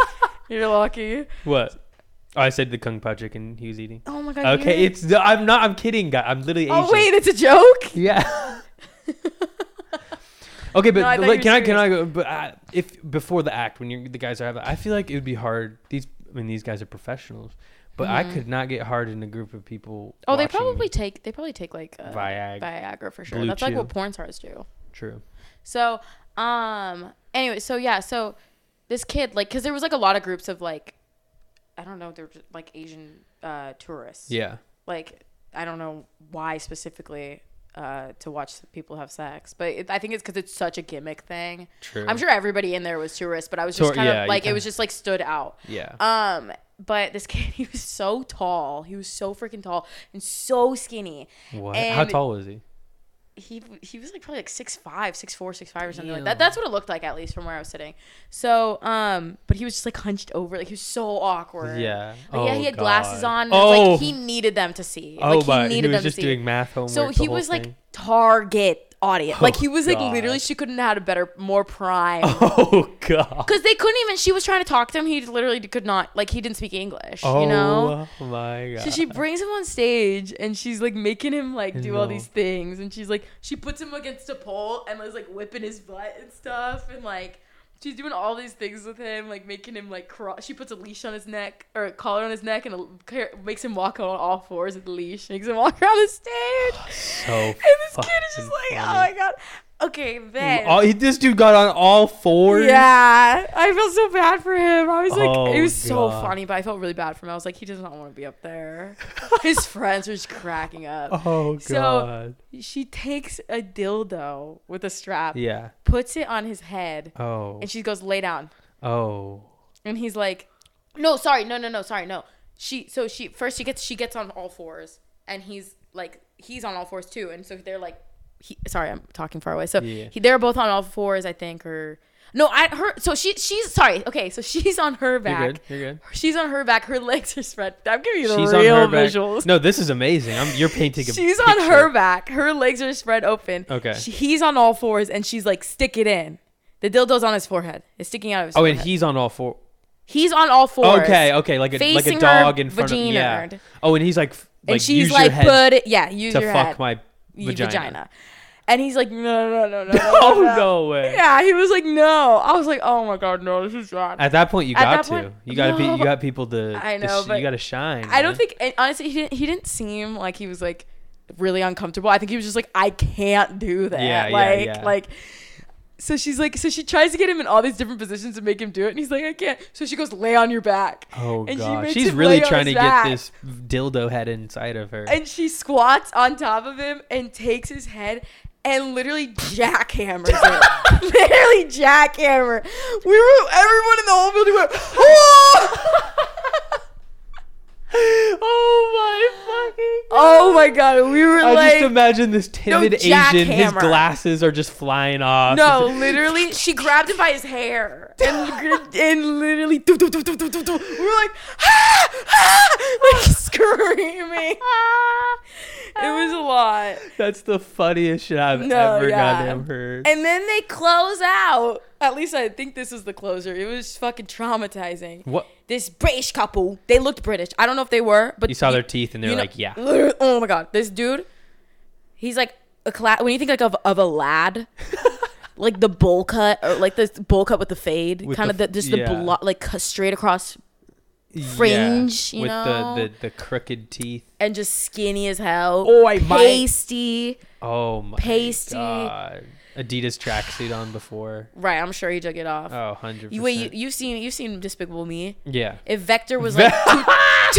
[LAUGHS] But you're lucky.
what? Oh, I said the kung pao chicken he was eating.
Oh my god.
Okay,
you-
it's no, I'm not. I'm kidding, guy. I'm literally.
Oh
Asian.
wait, it's a joke. [LAUGHS]
Yeah. [LAUGHS] okay, but
No, I thought you
like,
were
can I can I go? But uh, if before the act, when you're the guys are having, I feel like it would be hard. These I mean, these guys are professionals, but I could not get hard in a group of people.
Mm-hmm. Oh, they
watching
probably take they probably take like uh,
Viag-
Viagra for sure.
Blue
That's like
Chew.
what porn stars do.
true.
So, um, anyway, so yeah, so this kid, like, cause there was like a lot of groups of like, I don't know, they're just, like Asian uh, tourists.
Yeah,
Like, I don't know why specifically uh, to watch people have sex, but it, I think it's because it's such a gimmick thing.
True.
I'm sure everybody in there was tourist, but I was just
Tour-
kind of
yeah, you
like, it
kinda-
was just like stood out.
yeah.
Um, but this [LAUGHS] kid, he was so tall. He was so freaking tall and so skinny.
what? How
Um, and-
tall was he?
he he was like probably like six five, six four, six five or something like that. That's what it looked like at least from where I was sitting. So um, but he was just like hunched over, like he was so awkward.
Yeah.
Like, yeah,
Oh,
he had glasses
God.
on. And oh.
Oh.
Like he needed them to see.
Oh,
like,
but
he
he,
needed
was
them
just
to see.
doing math homework.
So
the
he
whole
was like
thing. [LAUGHS]
target audience. like
Oh,
he was like
God.
literally she couldn't have had a better, more prime.
oh god.
Cause they couldn't even. She was trying to talk to him. He literally could not. Like he didn't speak English. [LAUGHS]
Oh
you know.
my god.
So she brings him on stage and she's like making him like do all
No.
these things and she's like she puts him against a pole and was like whipping his butt and stuff and like she's doing all these things with him like making him like crawl. She puts a leash on his neck or a collar on his neck and a, car- makes him walk on all fours with the leash. Makes him walk [LAUGHS] around the stage. [LAUGHS]
so
and this kid is just
Oh, fucking
like, oh
funny.
my god. Okay, then.
All- he- this dude got on all fours.
Yeah, I feel so bad for him. I was like, it
Oh,
was so
God.
funny, but I felt really bad for him. I was like, he does not want to be up there.
[LAUGHS]
His friends were just cracking up.
Oh god.
So- She takes a dildo with a strap,
yeah.
puts it on his head,
Oh.
and she goes, lay down.
Oh.
And he's like, no, sorry, no, no, no, sorry, no. She so she first she gets she gets on all fours, and he's like he's on all fours too, and so they're like, he, sorry, I'm talking far away. So
Yeah.
he, they're both on all fours, I think, or no, I her so she she's sorry, okay, so [LAUGHS] she's on her back.
You're good. You're good.
She's on her back. Her legs are spread. I'm giving you the
She's
real
on her back.
visuals.
No, this is amazing. I'm, you're painting.
[LAUGHS]
A
She's
picture.
on her back. Her legs are spread open.
Okay.
She, he's on all fours, and she's like, stick it in. The dildo's on his forehead. It's sticking out of his.
Oh,
forehead.
and he's on all four.
he's on all fours.
Okay, okay, like a like
Facing her
a dog in front
vagina.
of yeah. Oh, and he's like, f- like
and she's
use
like,
your head
put it, yeah, use
to
your
fuck
head,
my
Y-
vagina.
And he's like, no, no, no, no, no,
[LAUGHS] Oh
no.
no way!
Yeah, he was like, no. I was like, oh my god, no, this is bad.
At that point, you
At
got
that
to.
point-
you got to be.
No. [LAUGHS]
You got people to.
I
to
know,
sh-
but
you got to shine.
I don't
man.
think, and honestly, he didn't. He didn't seem like he was like really uncomfortable. I think he was just like, I can't do that.
Yeah, yeah,
like,
yeah.
like. So she's like, so she tries to get him in all these different positions to make him do it, and he's like, I can't. So she goes, lay on your back.
Oh
and she
god,
makes
she's
him
really
lay on
trying to
his back.
get this dildo head inside of [GASPS] her.
and she squats on top of him and takes his head and literally jackhammers
[LAUGHS]
it. literally jackhammer. We were everyone in the whole building went,
[LAUGHS]
oh!
oh my fucking!
oh my god, we were
I
like,
just imagine this timid Asian. His
jackhammer.
glasses are just flying off. [LAUGHS]
no, literally, she grabbed him by his hair and and literally, doo, doo, doo, doo, doo, doo, doo. we were like, ah, ah, like [LAUGHS]
[LAUGHS]
screaming. it was a lot.
That's the funniest shit I've
No,
ever
yeah.
goddamn heard.
And then they close out. At least I think this is the closer. It was fucking traumatizing.
what?
This British couple, they looked British. I don't know if they were, but
You saw
you-
their teeth, and they're
you know-
like, "Yeah."
Oh my god, this dude, he's like a cla- when you think like of of a
[LAUGHS]
lad, like the bowl cut or like this bowl cut with the fade,
With
kind of
the
the,
f-
just
yeah.
the blo- like cut straight across
Yeah,
fringe, you
with
know?
the, the the crooked teeth.
and just skinny as hell.
Oh, I might-
pasty.
Oh my
Pasty.
god! Adidas tracksuit on before.
Right, I'm sure he took it off.
Oh, 100
you, wait, you, you've seen you've seen Despicable Me.
yeah. [LAUGHS]
[LAUGHS] If Vector was like two,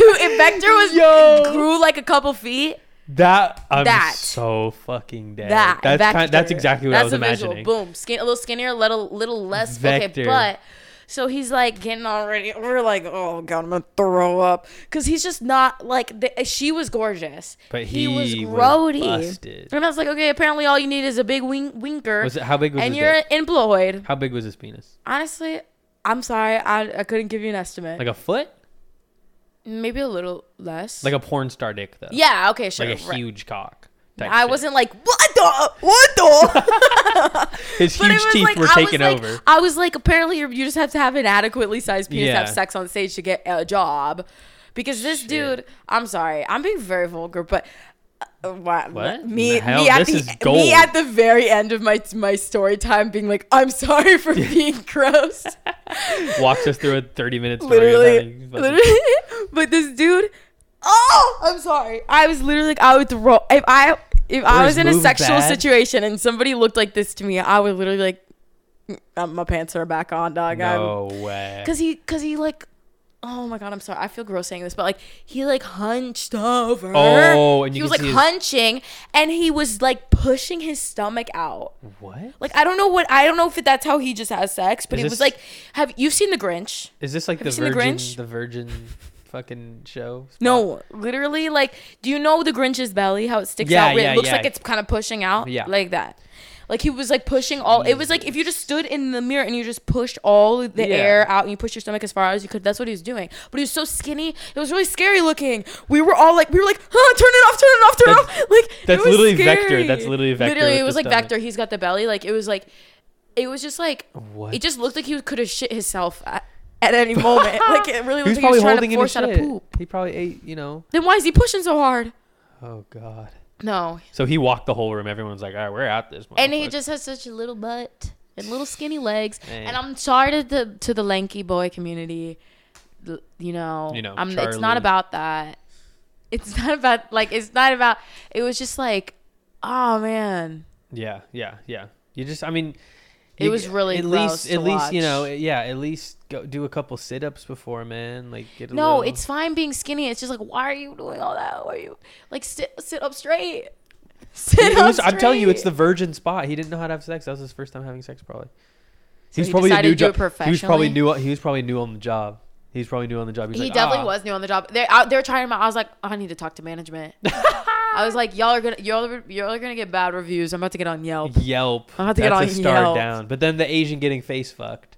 two if Vector was
Yo.
grew like a couple feet,
That I'm
That.
so fucking dead.
that
that's
vector.
kind, that's exactly what
That's
I was
a visual.
imagining.
Boom, skin a little skinnier, little little less.
Vector.
Okay, but so he's like getting already. We're like, oh god, I'm gonna throw up because he's just not like the, she was gorgeous,
But he was
grody.
busted.
And I was like, okay, apparently all you need is a big wing, winker,
Was it how big was
and
his
you're
dick?
employed.
How big was his penis?
Honestly, I'm sorry, I I couldn't give you an estimate.
Like a foot?
Maybe a little less.
Like a porn star dick though.
yeah, okay, sure.
Like a
right.
huge cock. type
I
shit.
wasn't like what the what the. [LAUGHS]
His
But it
[LAUGHS] huge
was
teeth
like,
were
I was
taken
like-
over.
I was like, apparently you're- you just have to have an adequately sized penis to have
Yeah.
sex on stage to get a job, because this dude, I'm sorry, I'm being very vulgar, but. Uh, what?
What
Me,
the hell?
me, at
This is
the,
gold.
me at the very end of my my story time being like, I'm sorry
[LAUGHS]
for being gross.
Walks us through a 30 minute story.
literally,
of how he fucking-
literally. [LAUGHS] but this dude, oh, I'm sorry. I was literally like, I would throw if I if I
Were
was
his
in a
moves
sexual
bad?
situation and somebody looked like this to me, I would literally like, "Mm, uh, my pants are back on, dog. I'm
No way.
Cause he, cause he like, oh my god, I'm sorry. I feel gross saying this, but like he like hunched over.
Oh, and
he
you can
was like
see his-
hunching, and he was like pushing his stomach out.
What?
Like I don't know what I don't know if that's how he just has sex, but
Is
he
this-
was like, have you seen The Grinch?
Is this like
Have
the
you seen The
virgin,
Grinch?
the virgin
[LAUGHS]
fucking show?
No, literally, like, do you know the Grinch's belly? How it sticks
Yeah,
out? where
yeah,
it looks
yeah.
like it's kind of pushing out,
Yeah.
like that. Like he was like pushing all. It was like if you just stood in the mirror and you just pushed all the
Yeah.
air out and you pushed your stomach as far out as you could. That's what he was doing. But he was so skinny. It was really scary looking. We were all like, we were like, huh, turn it off, turn it off, turn
That's-
it off. Like it
that's
was
literally
scary.
Vector. That's literally Vector
Literally,
with
it
the
was like
stomach.
Vector. He's got the belly. Like it was like, it was just like,
What?
it just looked like he could have shit himself at, at any
[LAUGHS]
moment. like it really
He was
looked like he was
probably
trying
holding
to
in his
force out a
shit.
poop.
He probably ate, you know.
Then why is he pushing so hard?
Oh god.
No.
So he walked the whole room. Everyone's like, "All right, we're out this."
And he
motherfucker."
just has such a little butt and little skinny legs.
Hey.
And I'm sorry to the to the lanky boy community. L- You know,
You know,
I'm, it's not
Charlie.
about that. It's not about like it's not about. It was just like, oh man,
Yeah, yeah, yeah. You just, I mean,
It
you-
was really
at
gross
least,
to
at least you know,
watch.
yeah, at least go do a couple sit ups before, man. Like get a
no,
little-
it's fine being skinny. It's just like, why are you doing all that? Why are you like sit sit up straight? [LAUGHS] Sit
It
up
was- I'm telling you, it's the
straight.
virgin spot. He didn't know how to have sex. That was his first time having sex, probably. he was
he
probably a
decided
new
to do it
job. He was probably
professionally?
new. He was probably new on the job. He was probably new on the job. He's
He
like,
definitely
"Ah."
was new on the job. They're out. They're trying him out. I was like, I need to talk to
[LAUGHS]
management. I was like, y'all are gonna y'all are, y'all are gonna get bad reviews. I'm about to get on Yelp.
Yelp.
I'll have to get
That's
on
a star
Yelp.
down. But then the Asian getting face fucked.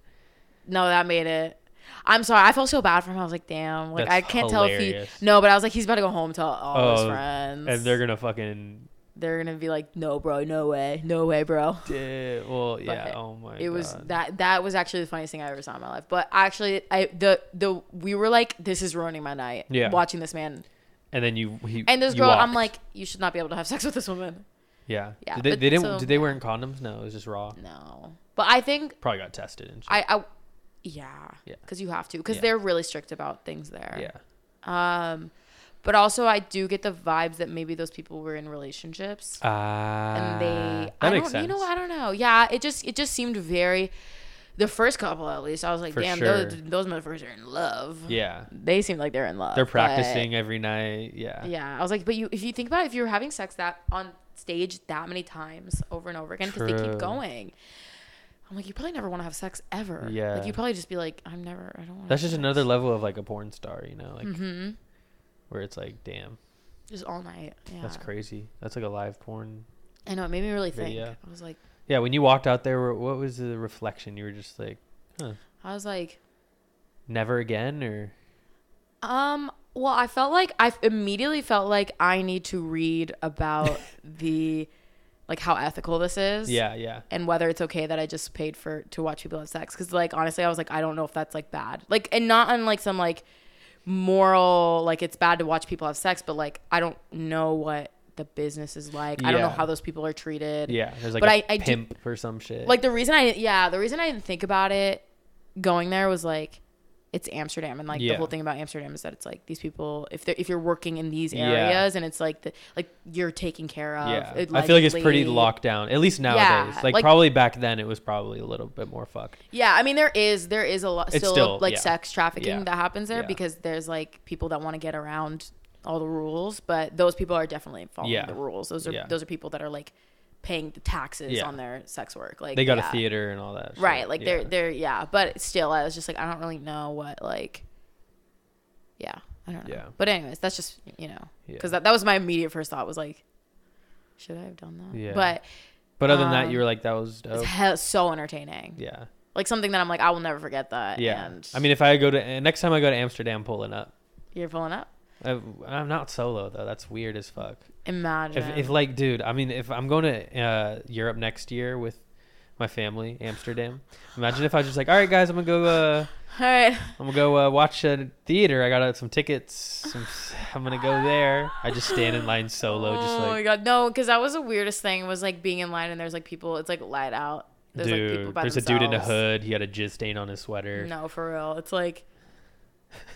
No, that made it. I'm sorry. I felt so bad for him. I was like, damn. Like
That's
I can't tell if
hilarious.
he. No, but I was like, he's about to go home and tell all his
Oh,
friends.
And they're gonna fucking.
they're gonna be like, no, bro, no way, no way, bro.
Yeah, eh, well, yeah.
But
oh my.
It was
God.
that that was actually the funniest thing I ever saw in my life. But actually, I the the we were like, this is ruining my night.
Yeah.
Watching this man
And then you. He,
and this
you
girl, I'm
walked.
like, you should not be able to have sex with this woman.
Yeah.
Yeah,
Did they,
but
they didn't.
so-
did they wearing condoms? No, it was just raw.
No, but I think
Probably got tested and shit.
I, I yeah,
Yeah.
because you have to, because
Yeah.
they're really strict about things there.
yeah.
Um, but also I do get the vibes that maybe those people were in relationships and
Ah.
they,
that
I
makes
don't,
sense.
you know, I don't know. Yeah, it just, it just seemed very, the first couple at least, I was like,
For
damn,
sure.
those, those motherfuckers are in love.
yeah.
They seem like they're in love.
They're
but-
practicing every night. Yeah.
yeah, I was like, but you, if you think about it, if you're having sex that on stage that many times over and over again because they
True.
keep going, I'm like, you probably never want to have sex ever.
Yeah.
like you probably just be like, I'm never, I don't want.
That's just another level of like a porn star, you know, like
Mm-hmm.
where it's like, damn,
Just all night. Yeah,
that's crazy. That's like a live porn.
I know it made me really think.
Video.
I was like,
Yeah. When you walked out there, wha- what was the reflection? You were just like, huh,
I was like,
never again, or
um. Well, I felt like I immediately felt like I need to read
[LAUGHS]
about the, like how ethical this is.
yeah, yeah.
and whether it's okay that I just paid for to watch people have sex. Because like honestly, I was like, I don't know if that's like bad. Like, and not on like some like moral like it's bad to watch people have sex, but like I don't know what the business is like. I don't know
Yeah.
how those people are treated.
Yeah, there's like
But
a
I- I do-
pimp or some shit.
Like the reason I didn't, yeah, the reason I didn't think about it going there was like it's Amsterdam and like
Yeah.
the whole thing about Amsterdam is that it's like these people if they are if you're working in these
Yeah.
areas and it's like the like you're taking care of.
yeah,
it
I feel like it's pretty
likely-
locked down. At least nowadays,
Yeah,
like,
like-
probably back then, it was probably a little bit more fucked.
Yeah, I mean there is there is a lot
It's
still,
still-
like
yeah.
sex trafficking
Yeah.
that happens there
Yeah.
because there's like people that want to get around all the rules, but those people are definitely following
Yeah.
the rules. Those are
Yeah.
those are people that are like paying the taxes
Yeah.
on their sex work. Like
They got
yeah.
a theater and all that. shit.
Right, like
Yeah.
they're they're yeah, but still I was just like I don't really know what like yeah, I don't know.
Yeah.
But anyways, that's just, you know,
Yeah.
cuz that that was my immediate first thought was like should I have done that?
Yeah.
But
But other than
um,
that, you were like, that was
it's [LAUGHS]
dope.
hell, so entertaining.
Yeah.
Like something that I'm like I will never forget that.
Yeah.
And
I mean, if I go to eh, next time I go to Amsterdam, pulling up.
you're pulling up.
I, I'm not solo though. That's weird as fuck.
Imagine.
If, if like, dude, I mean, if I'm going to uh, Europe next year with my family, Amsterdam. Imagine if I was just like, all right, guys, I'm gonna go. Uh,
All right.
I'm gonna go uh, watch a theater. I got uh, some tickets. Some, I'm gonna go there. I just stand in line solo, just
oh my
like
god, no, because that was the weirdest thing was like being in line and there's like people. It's like light out. There's
dude.
like people by
there's a dude in a
themselves.
hood. He had a jizz stain on his sweater.
No, for real. It's like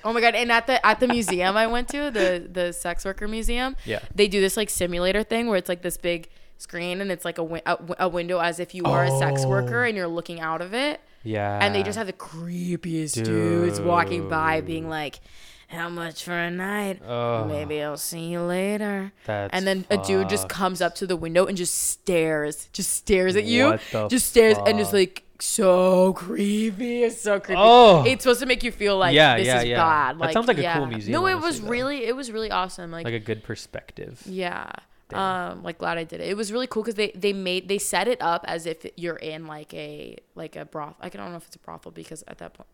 Oh my god, and at the at the museum I went to, the the sex worker museum,
Yeah.
they do this like simulator thing where it's like this big screen and it's like a, win- a, a window as if you are a sex worker
Oh.
and you're looking out of it
Yeah.
and they just have the creepiest dudes walking by being like how much for a night
Oh.
maybe i'll see you later
That's
and then a dude just
fucked.
comes up to the window and just stares just stares at you
What the
just stares and is
fuck?
like so creepy it's so creepy
Oh.
it's supposed to make you feel like
Yeah,
this
yeah,
is
yeah.
bad
That
like
sounds like a
yeah.
cool museum,
no it
honestly,
was
though.
really it was really awesome like,
like a good perspective.
yeah.
Damn.
Um, like glad I did it. It was really cool because they they made they set it up as if you're in like a like a broth. I don't know if it's a brothel because at that point,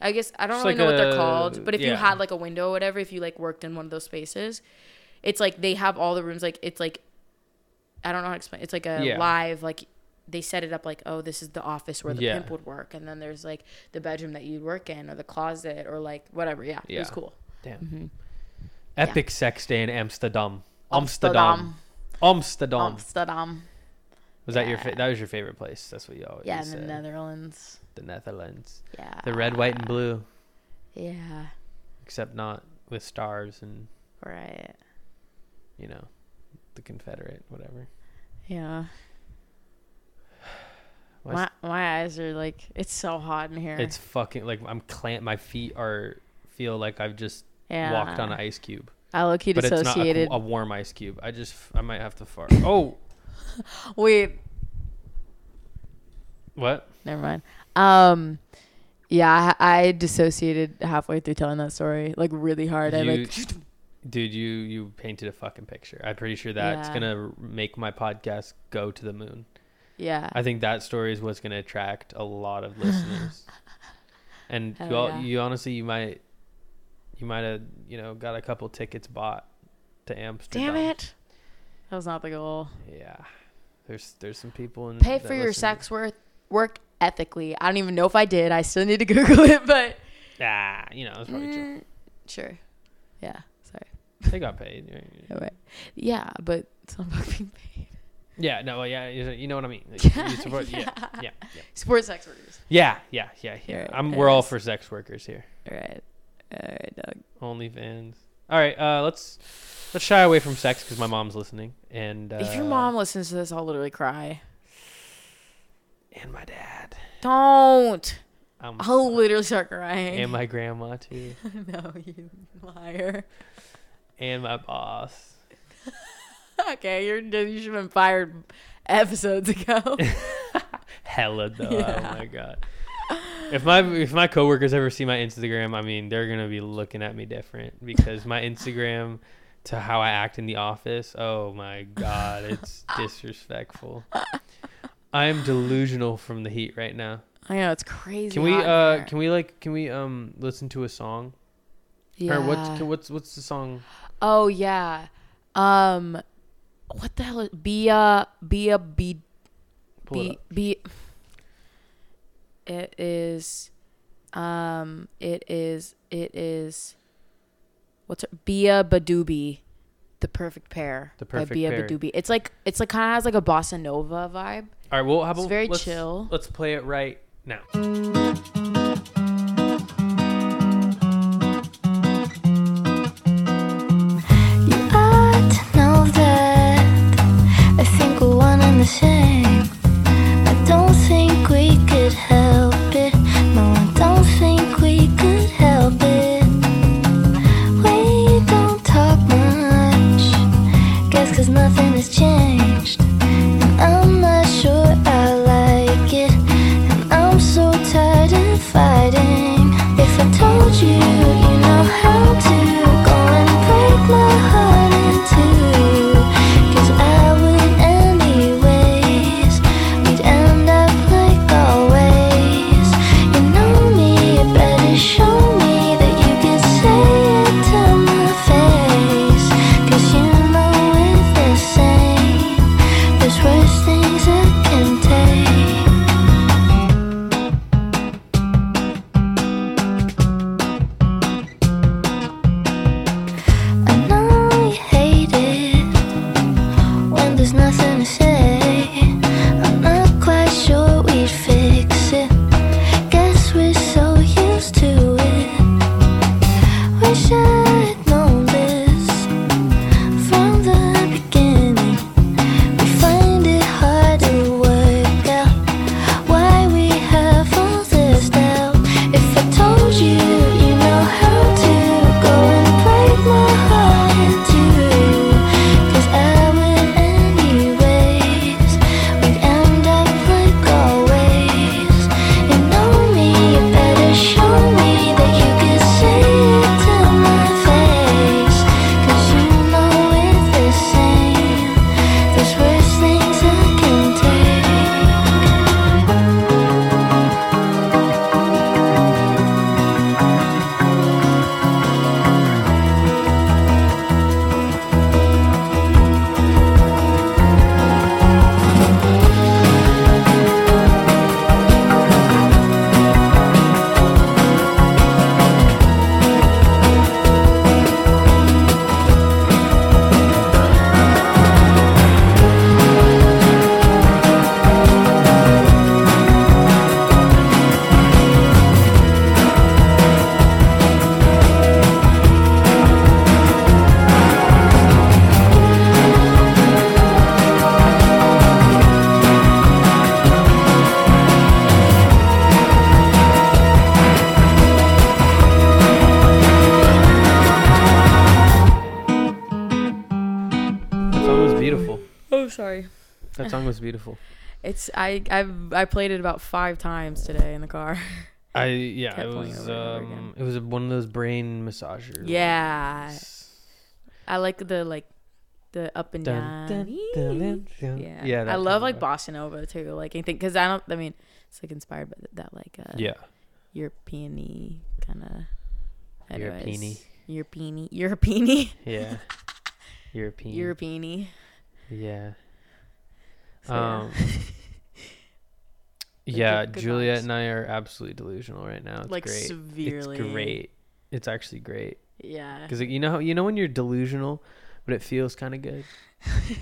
I guess I don't
It's
really
like
know what they're
a-
called. But if you
yeah.
had like a window or whatever, if you like worked in one of those spaces, it's like they have all the rooms. Like it's like I don't know how to explain. It's like a
Yeah.
live like they set it up like oh this is the office where the
Yeah.
pimp would work, and then there's like the bedroom that you'd work in or the closet or like whatever. Yeah, it was
Yeah.
cool.
Damn.
Mm-hmm.
Epic sex day in Amsterdam. Amsterdam.
Amsterdam.
Amsterdam.
Amsterdam.
Was that your fa- that was your favorite place? That's what you always
Yeah, in the
said.
Netherlands.
the Netherlands.
Yeah.
The red, white, and blue,
Yeah.
except not with stars and
Right.
you know, the Confederate, whatever.
Yeah.
Why
my my eyes are like it's so hot in here.
is- It's fucking like I'm clamp. My feet are feel like I've just
yeah.
walked on an ice cube,
I look heat
but it's not a,
associated.
cool- a warm ice cube. I just I might have to fart. Oh,
Wait,
what?
never mind. Um, yeah, I, I dissociated halfway through telling that story, like really hard. I
You-
like
Dude, you you painted a fucking picture. I'm pretty sure that's
Yeah.
gonna r- make my podcast go to the moon.
yeah.
I think that story is what's going to attract a lot of
[LAUGHS]
listeners. and
Hell
you, all,
yeah.
you honestly, you might, you might have, you know, got a couple tickets bought to Amsterdam.
Damn it, that was not the goal.
Yeah, there's there's some people in.
Pay
that
for your
listen to-
sex worth work ethically. I don't even know if I did. I still need to [LAUGHS] Google it, but
Ah, you know, it's probably true.
Mm, sure. Yeah. Sorry.
They got paid. right?
No way. Yeah, but it's not about being paid.
Yeah, no, yeah, you you know what I mean. Like,
[LAUGHS]
you support- yeah, yeah, yeah,
Support sex workers.
yeah, yeah, yeah, yeah.
Right,
I'm, we're all
yes.
for sex workers here.
All right. All right, dog.
OnlyFans. All right, uh, let's let's shy away from sex because my mom's listening, and uh,
if your mom listens to this, I'll literally cry.
and my dad.
Don't.
I'm
I'll literally start crying. [LAUGHS]
and my grandma too,
no, you liar. [LAUGHS]
and my boss.
Okay, you're you should have been fired episodes
[LAUGHS]
ago. [LAUGHS]
Hella though.
Yeah.
Oh my god. If my if my coworkers ever see my Instagram, I mean, they're gonna be looking at me different because my Instagram to how I act in the office. Oh my
[LAUGHS]
god, it's disrespectful. I'm delusional from the heat right now.
I know it's crazy.
Can we
hot in
uh
here.
can we like can we um listen to a song?
yeah.
Or what's can- what's what's the song?
Oh yeah. Um, what the hell? Is, be a be a be
Pull it
be, be it is um it is it is what's her Bia Badoobie the perfect pair
The Perfect Pair.
Badoobie it's like it's like kind of has like a bossa nova vibe
All right, well, how about
It's very
let's-
chill.
Let's play it right now.
You ought to know that I think we're one and the same. I don't think we could help it. No, I don't think we could help it. We don't talk much.
beautiful.
Oh, sorry.
That song was beautiful.
It's I I I played it about five times today in the car. [LAUGHS]
I yeah,
Kept
it
playing
was
over and over
um, it was one of those brain massagers.
yeah, I like the like the up and down.
Dun, dun, dun, dun, dun.
Yeah,
yeah.
I
that
love
kind
like
of
bossa nova too. Like anything because I don't. I mean, it's like inspired by that like uh,
vibe. Yeah,
European-y kind of.
European-y.
European-y. European-y.
[LAUGHS]
[LAUGHS]
yeah. European.
European-y.
Yeah.
So, yeah. [LAUGHS]
um. Yeah,
good- good
Juliet
vibes.
and I are absolutely delusional right now. It's
Like,
great.
severely. Uh-huh.
It's great. It's actually great [LAUGHS]
Yeah.
because you know how you know when you're delusional, but it feels kind of good.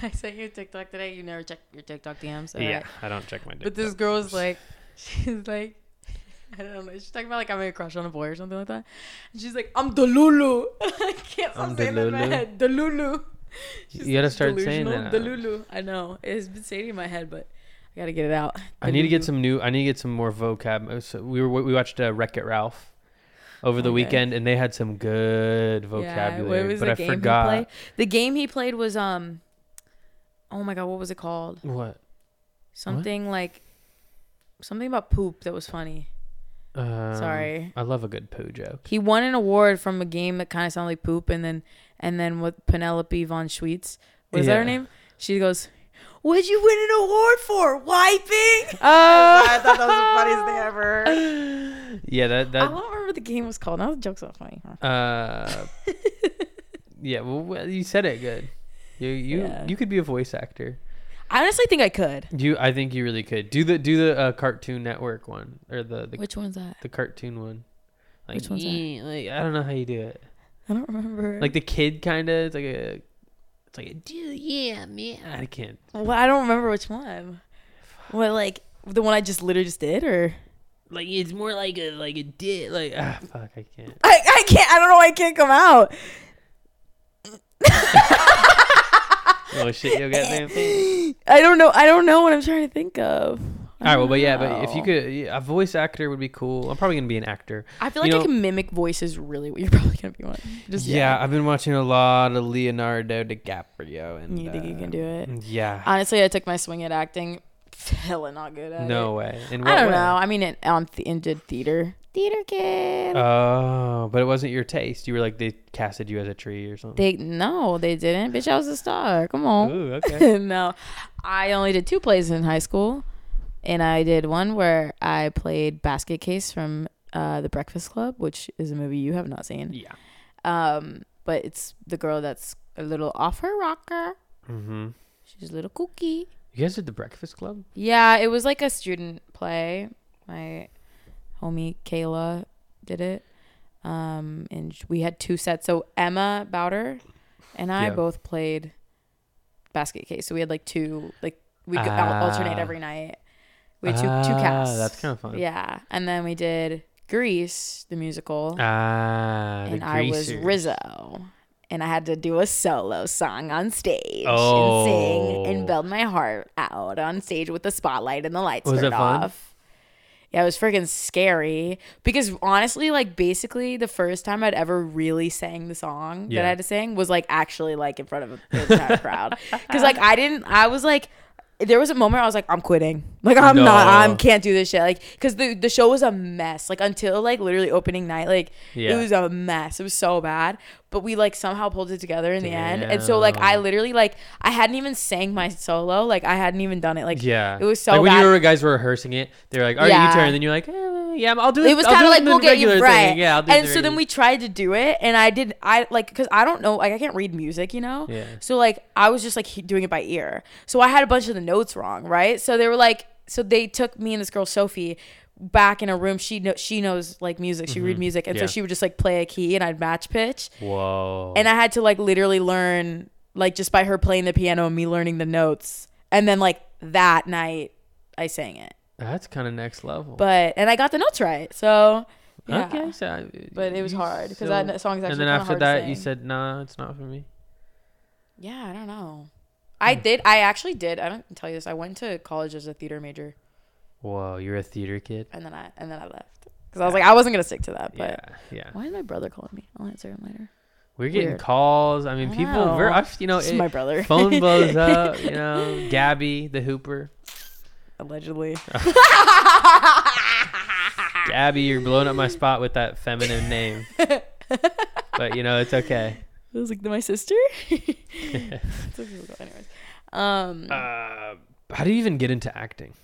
I sent you a TikTok today. You never check your TikTok DMs. all right?
I don't check my.
But this girl was like, [LAUGHS] she's like, I don't know. She's talking about like I'm a crush on a boy or something like that. And she's like, I'm Delulu. [LAUGHS] I can't stop
I'm
saying that in my
Delulu.
head. Delulu. She's
You gotta start saying
delusional.
that.
Delulu. I know. It's been staying in my head, but I gotta get it out.
I need to get
Delulu.
some new. I need to get some more vocab. Uh, So we were we watched uh, Wreck It Ralph over the
Okay.
weekend, and they had some good
Yeah, what
vocabulary,
was
but
the
I
game
forgot
He played? The game he played was um, oh my god, what was it called?
what.
Something like, something about poop that was funny.
Um,
Sorry.
I love a good poo joke.
He won an award from a game that kind of sounded like poop, and then and then with Penelope von Schweetz, was that her
Yeah.
name? She goes, "What'd you win an award for? Wiping?" [LAUGHS] Oh, I thought that was the funniest thing ever.
Yeah, that
I
that
don't remember what the game was called. Now the joke's not funny. huh?
Uh, yeah, well, well, you said it good. You you
Yeah.
you could be a voice actor.
[LAUGHS] I honestly think I could.
You, I think you really could do the do the uh, Cartoon Network one or the the,
Which one's that?
the cartoon one. Like,
Which one's that?
"Eh," like, I don't know how you do it.
I don't remember.
Like the kid kind of it's like a it's like a dude yeah man I can't.
well, I don't remember which one. What like the one I just literally just did, or
Like it's more like a like a did like ah fuck I can't.
I, I can't. I don't know why I can't come out.
Oh shit, you'll get that.
[LAUGHS] I don't know. I don't know what I'm trying to think of.
All right, well, but yeah, but if you could, yeah, a voice actor would be cool. I'm probably gonna be an actor.
I feel like
You
I
know-
can mimic voices really well. [LAUGHS] You're probably gonna be one. Just
Yeah, I've been watching a lot of Leonardo DiCaprio, and
You think you
uh,
can do it?
Yeah,
Honestly, I took my swing at acting. [LAUGHS] Hella not good at
no
it.
way. In
I
what
don't
way?
know. I mean, it, on th- and did theater. Theater kid.
Oh, but it wasn't your taste. You were like they casted you as a tree or something.
they no, they didn't. Bitch, I was a star. Come on.
Ooh,
[LAUGHS]
okay.
no, I only did two plays in high school, and I did one where I played Basket Case from uh, The Breakfast Club, which is a movie you have not seen.
yeah.
Um, but it's the girl that's a little off her rocker.
Mm-hmm.
She's a little kooky.
You guys did the Breakfast Club.
Yeah, it was like a student play. My homie Kayla did it. Um, and sh- we had two sets. So Emma Bowder and I
Yeah.
both played basket case. So we had like two, like we could al- alternate
Ah.
every night. We had two, two casts.
Oh, That's kind of fun.
Yeah. And then we did Grease, the musical.
Ah, the
and I was
Greasers.
Rizzo. And I had to do a solo song on stage and sing
Oh.
and build my heart out on stage with the spotlight and the lights
Was
turned
it fun?
off. Yeah, it was freaking scary because honestly, like basically the first time I'd ever really sang the song that
Yeah.
I had to sing was like actually like in front of an entire crowd because like I didn't, I was like. There was a moment I was like, I'm quitting. Like I'm
No.
not. I'm can't do this shit. Like, cause the the show was a mess. Like until like literally opening night. Like it
Yeah.
was a mess. It was so bad. But we like somehow pulled it together in the end. And so like I
Damn.
literally like I hadn't even sang my solo. Like I hadn't even done it. Like
Yeah,
it was so
like when
bad.
you were guys were rehearsing it. They were like, "All right,
Yeah.
you turn." And then you're like, eh, "Yeah, I'll do it."
it was
I'll
kind
do
of like
in
we'll
the
get you
regular
right.
thing. Yeah, I'll do it in
and
the
so then
regular-
we tried to do it, and I did. I like because I don't know. Like I can't read music, you know.
Yeah.
So like I was just like he- doing it by ear. So I had a bunch of the notes wrong, right? So they were like, so they took me and this girl Sophie back in a room. She know she knows like music. She read music, and so
Mm-hmm. Yeah.
she would just like play a key, and I'd match pitch,
Whoa.
and I had to like literally learn like just by her playing the piano and me learning the notes, and then like that night I sang it.
That's kind of next level.
But and I got the notes right, so. Yeah.
Okay, so I-
But it was
you
hard, 'cause
still-
that n- song's actually
And then
kinda
after
hard to
that, you
sing.
said, "Nah, it's not for me."
Yeah, I don't know.
Hmm.
I did. I actually did. I don't tell you this. I went to college as a theater major,
Whoa, you're a theater kid.
and then I and then I left because I was like, I wasn't gonna stick to that. But
yeah, yeah.
why is my brother calling me? I'll answer him later.
We're getting
Weird.
calls. I mean,
I
people.
know.
We're, I've, you know,
This is
Oh, it-
my brother.
phone
[LAUGHS]
blows up. You know, Gabby the Hooper. [LAUGHS]
Allegedly.
Gabby, you're blowing up my spot with that
[LAUGHS]
feminine name. but you know, it's okay.
It was like
[LAUGHS]
[LAUGHS]
my sister. It's okay, we'll go anyways. Um,
Uh, how do you even get into acting?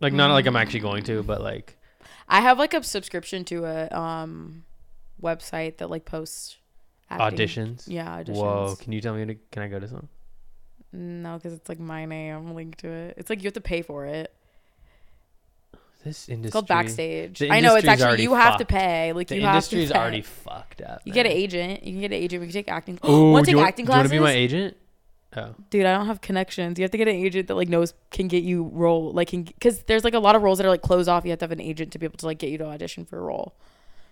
Like, not like I'm actually going to, but like,
I have like a subscription to a um website that like posts acting.
auditions.
Yeah, auditions.
Whoa! Can you tell me? to- Can I go to some?
No, because it's like my name linked to it. It's like you have to pay for it.
This industry.
It's called Backstage.
The
I know it's
industry's
actually
already
you have to
fucked.
pay. Like
The
you have to.
industry's
pay.
already fucked up.
You get an
man.
agent. You can get an agent. We can take acting.
Ooh,
want to
do
take
you want-
acting
do you wanna
classes?
be my agent? Oh,
Dude, I don't have connections. You have to get an agent that like knows can get you role like can because there's like a lot of roles that are like closed off. You have to have an agent to be able to like get you to audition for a role.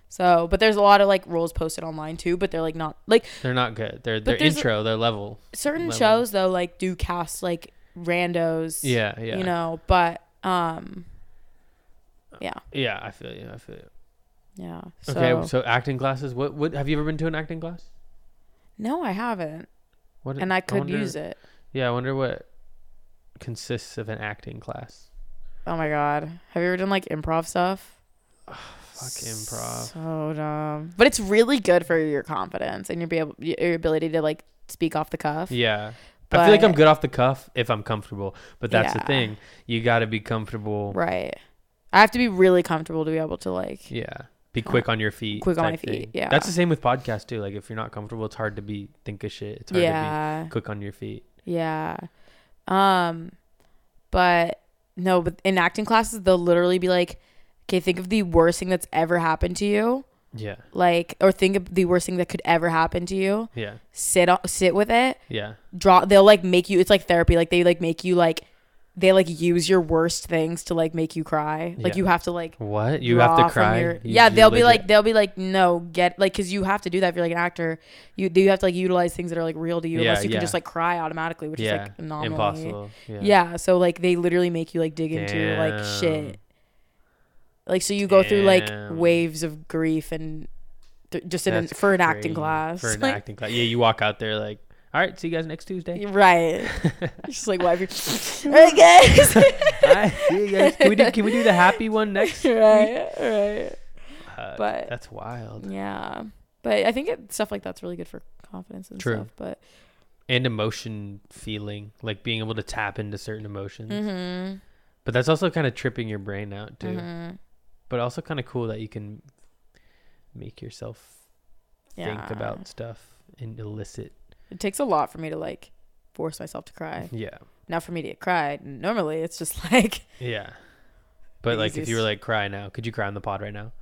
So, but there's a lot of like roles posted online too, but they're like not like
they're not good. They're their
there's a-
intro, their level.
certain
Level.
shows though like do cast like randos.
Yeah, yeah.
You know, but um, yeah,
Yeah, I feel you. I feel you.
yeah.
okay, so acting classes. What? What? Have you ever been to an acting class?
no, I haven't,
What?
and I could
wonder-
use it.
Yeah, I wonder what consists of an acting class.
Oh my god, have you ever done like improv stuff?
Fuck
Uh,
improv.
So dumb. But it's really good for your confidence and your be able your ability to like speak off the cuff.
Yeah. I feel like I'm
But-
good off the cuff if I'm comfortable, but that's the
Yeah.
thing. You got to be comfortable.
Right. I have to be really comfortable to be able to like
Yeah. Be quick on your feet.
Quick on my
type
feet, yeah.
That's the same with podcasts too. Like if you're not comfortable, it's hard to be think of shit. It's hard to
Yeah.
be quick on your feet.
Yeah. Um but no, but in acting classes they'll literally be like, Okay, think of the worst thing that's ever happened to you.
Yeah.
Like or think of the worst thing that could ever happen to you.
Yeah.
Sit on, sit with it.
Yeah.
draw they'll like make you it's like therapy like they like make you like they like use your worst things to like make you cry like
Yeah.
you have to like
What? You have
draw
to
from
cry.
your-
You-
yeah
you
they'll be
legit-
like they'll be like no get like because you have to do that if you're like an actor you you have to like utilize things that are like real to you
Yeah,
unless you
yeah.
can just like cry automatically which is like anomaly
impossible. Yeah.
yeah. so like they literally make you like dig into like
Damn.
shit like so you go through like
Damn.
waves of grief and th- just in an,
That's
for an acting
crazy.
class [LAUGHS]
For an
Like,
acting class. Yeah, you walk out there like, all right, see you guys next Tuesday.
[LAUGHS]
[LAUGHS]
right just like wipe your right
[LAUGHS]
guys
Hi, see you guys. Can we do? Can we do the happy
[LAUGHS]
one next?
right right
Uh,
But-
that's wild
yeah but i think it, stuff like that's really good for confidence and
True.
stuff but
and emotion feeling, like being able to tap into certain emotions.
mm-hmm.
But that's also kind of tripping your brain out too. But also kind of cool that you can make yourself
yeah
think about stuff and elicit.
it takes a lot for me to like force myself to cry
Yeah,
now for me to cry normally it's just [LAUGHS] like
yeah. But
The
like, if you were
easiest-
like, cry now, could you cry on the pod right now?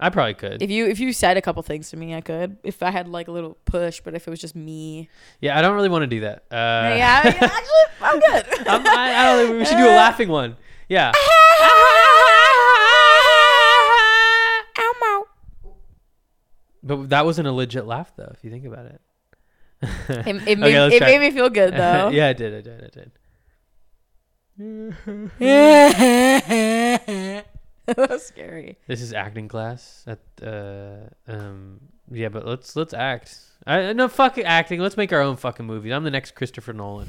I probably could.
if you if you said a couple things to me i could if i had like a little push but if it was just me
yeah, I don't really want to do that. Uh,
yeah Uh. I- actually [LAUGHS] i'm good
[LAUGHS] I'm, I, I don't. know, We should do a laughing one. Yeah.
i'm out
But that wasn't a legit laugh, though, if you think about it.
[LAUGHS] It, it, made,
let's
it
try.
made me feel good though.
[LAUGHS] yeah, I did. I did. I did.
that was scary.
This is acting class at uh um yeah, but let's let's act. I no fuck acting. Let's make our own fucking movies. I'm the next Christopher
[LAUGHS]
Nolan.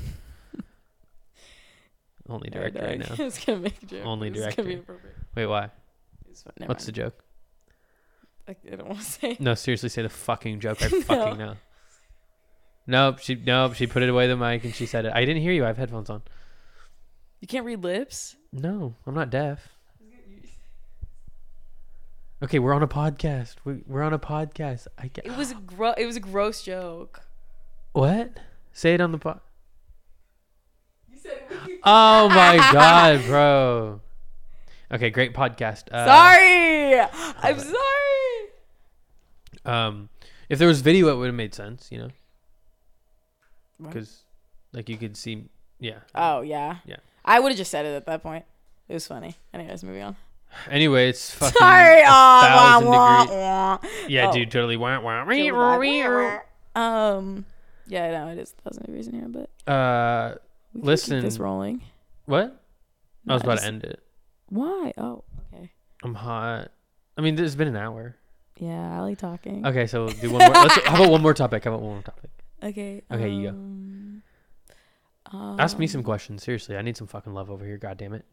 Only director right now.
[LAUGHS] it's gonna make a joke.
Only
It's gonna
director.
be appropriate.
Wait, why?
It's fine. [LAUGHS] Never
What's the
[LAUGHS] mind.
joke?
I, I don't want to say.
No, seriously, say the fucking joke.
[LAUGHS]
I fucking know. Nope, she nope, she put it away the mic and she said it. I didn't hear you. I have headphones on.
You can't read lips.
No, I'm not deaf. Okay, we're on a podcast. We, we're on a podcast. I get,
It was
[SIGHS]
a gro- It was a gross joke.
What? Say it on the pod. [LAUGHS] Oh
[LAUGHS]
my god, bro. Okay, great podcast. Uh,
sorry. I'm sorry.
Um, if there was video, it would have made sense, you know,
What?
because like you could see. Yeah.
Oh yeah.
Yeah.
I would have just said it at that point. It was funny. Anyways, moving on.
Anyway,
[LAUGHS]
it's fucking.
Sorry. Oh,
a
wah,
thousand
wah,
degree-
wah.
Yeah,
Oh.
dude, totally. Wah, wah, wee, wah, wee, wah.
Um. Yeah, no, it is a thousand degrees in here, but
Uh,
we can
Listen.
keep this rolling.
what? I was
No,
about
just-
to end it.
Why? Oh, okay.
I'm hot. I mean, it's been an hour.
Yeah, I like talking.
Okay, so do one more. Let's, how about one more topic? How about one more topic?
Okay. um,
Okay, you go.
go.
Ask me
Um.
some questions. Seriously, I need some fucking love over here. God damn it.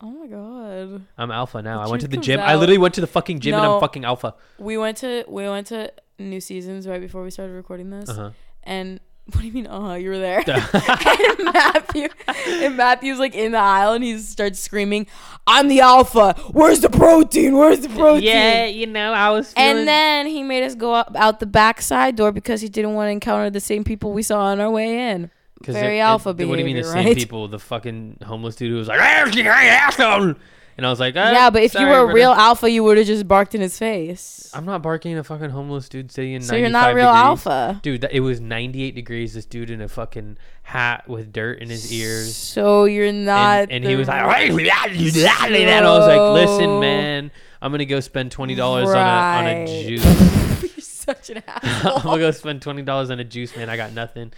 Oh my god.
I'm alpha now.
The
I went to
truth
the
comes
gym. I
out.
literally went to the fucking gym and I'm
No.
fucking alpha.
We went to we went to New Seasons right before we started recording this,
Uh-huh.
and [LAUGHS] what do you mean? Oh, you were
[LAUGHS]
there. [LAUGHS] and Matthew, and Matthew's like in the aisle, and he starts screaming, "I'm the alpha. Where's the protein? Where's the protein?"
you know, I was
And then he made us go up, out the back side door because he didn't want to encounter the same people we saw on our way in. very alpha
What do you mean the
behavior,
same
right?
people? The fucking homeless dude who was like, "Ah, you asshole!" And I was like, "Ah,
yeah, but if you
sorry,
were a
brother."
real alpha, you would have just barked in his face.
I'm not barking at a fucking homeless dude sitting in
So you're not
95
real
degrees.
alpha.
Dude, that, it was 98 degrees. This dude in a fucking hat with dirt in his ears.
So you're not.
and, and he
the
was like,
real-
and I was like, listen,
So-
man, I'm gonna go spend twenty dollars on a on a
Right.
juice.
[LAUGHS]
[LAUGHS]
you're such an [LAUGHS]
I'm
asshole.
gonna go spend twenty dollars on a juice, man. I got nothing.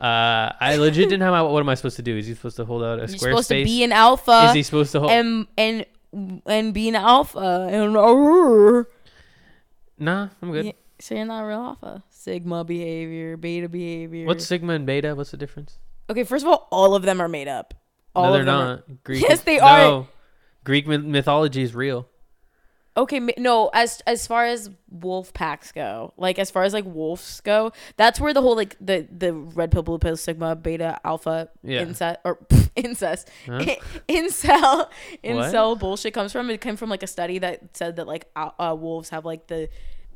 Uh, I legit didn't have. My, what am I supposed to do? Is he supposed to hold out a
You're
square
supposed
space?
to be an alpha.
Is he supposed to hold?
and and and being alpha and [LAUGHS] uh,
nah, I'm good.
Yeah, so you're not a real alpha sigma behavior beta behavior
What's sigma and beta? What's the difference?
okay first of all all of them are made up all
no,
of
they're
them
not. Greek.
Yes, they
no.
are.
Greek myth- mythology is real.
Are, okay ma- no as as far as wolf packs go like as far as like wolves go that's where the whole like the the red pill blue pill sigma beta alpha
Yeah.
incest or [LAUGHS] pff, incest
Huh?
[LAUGHS] incel incel bullshit comes from it came from like a study that said that like al- uh, wolves have like the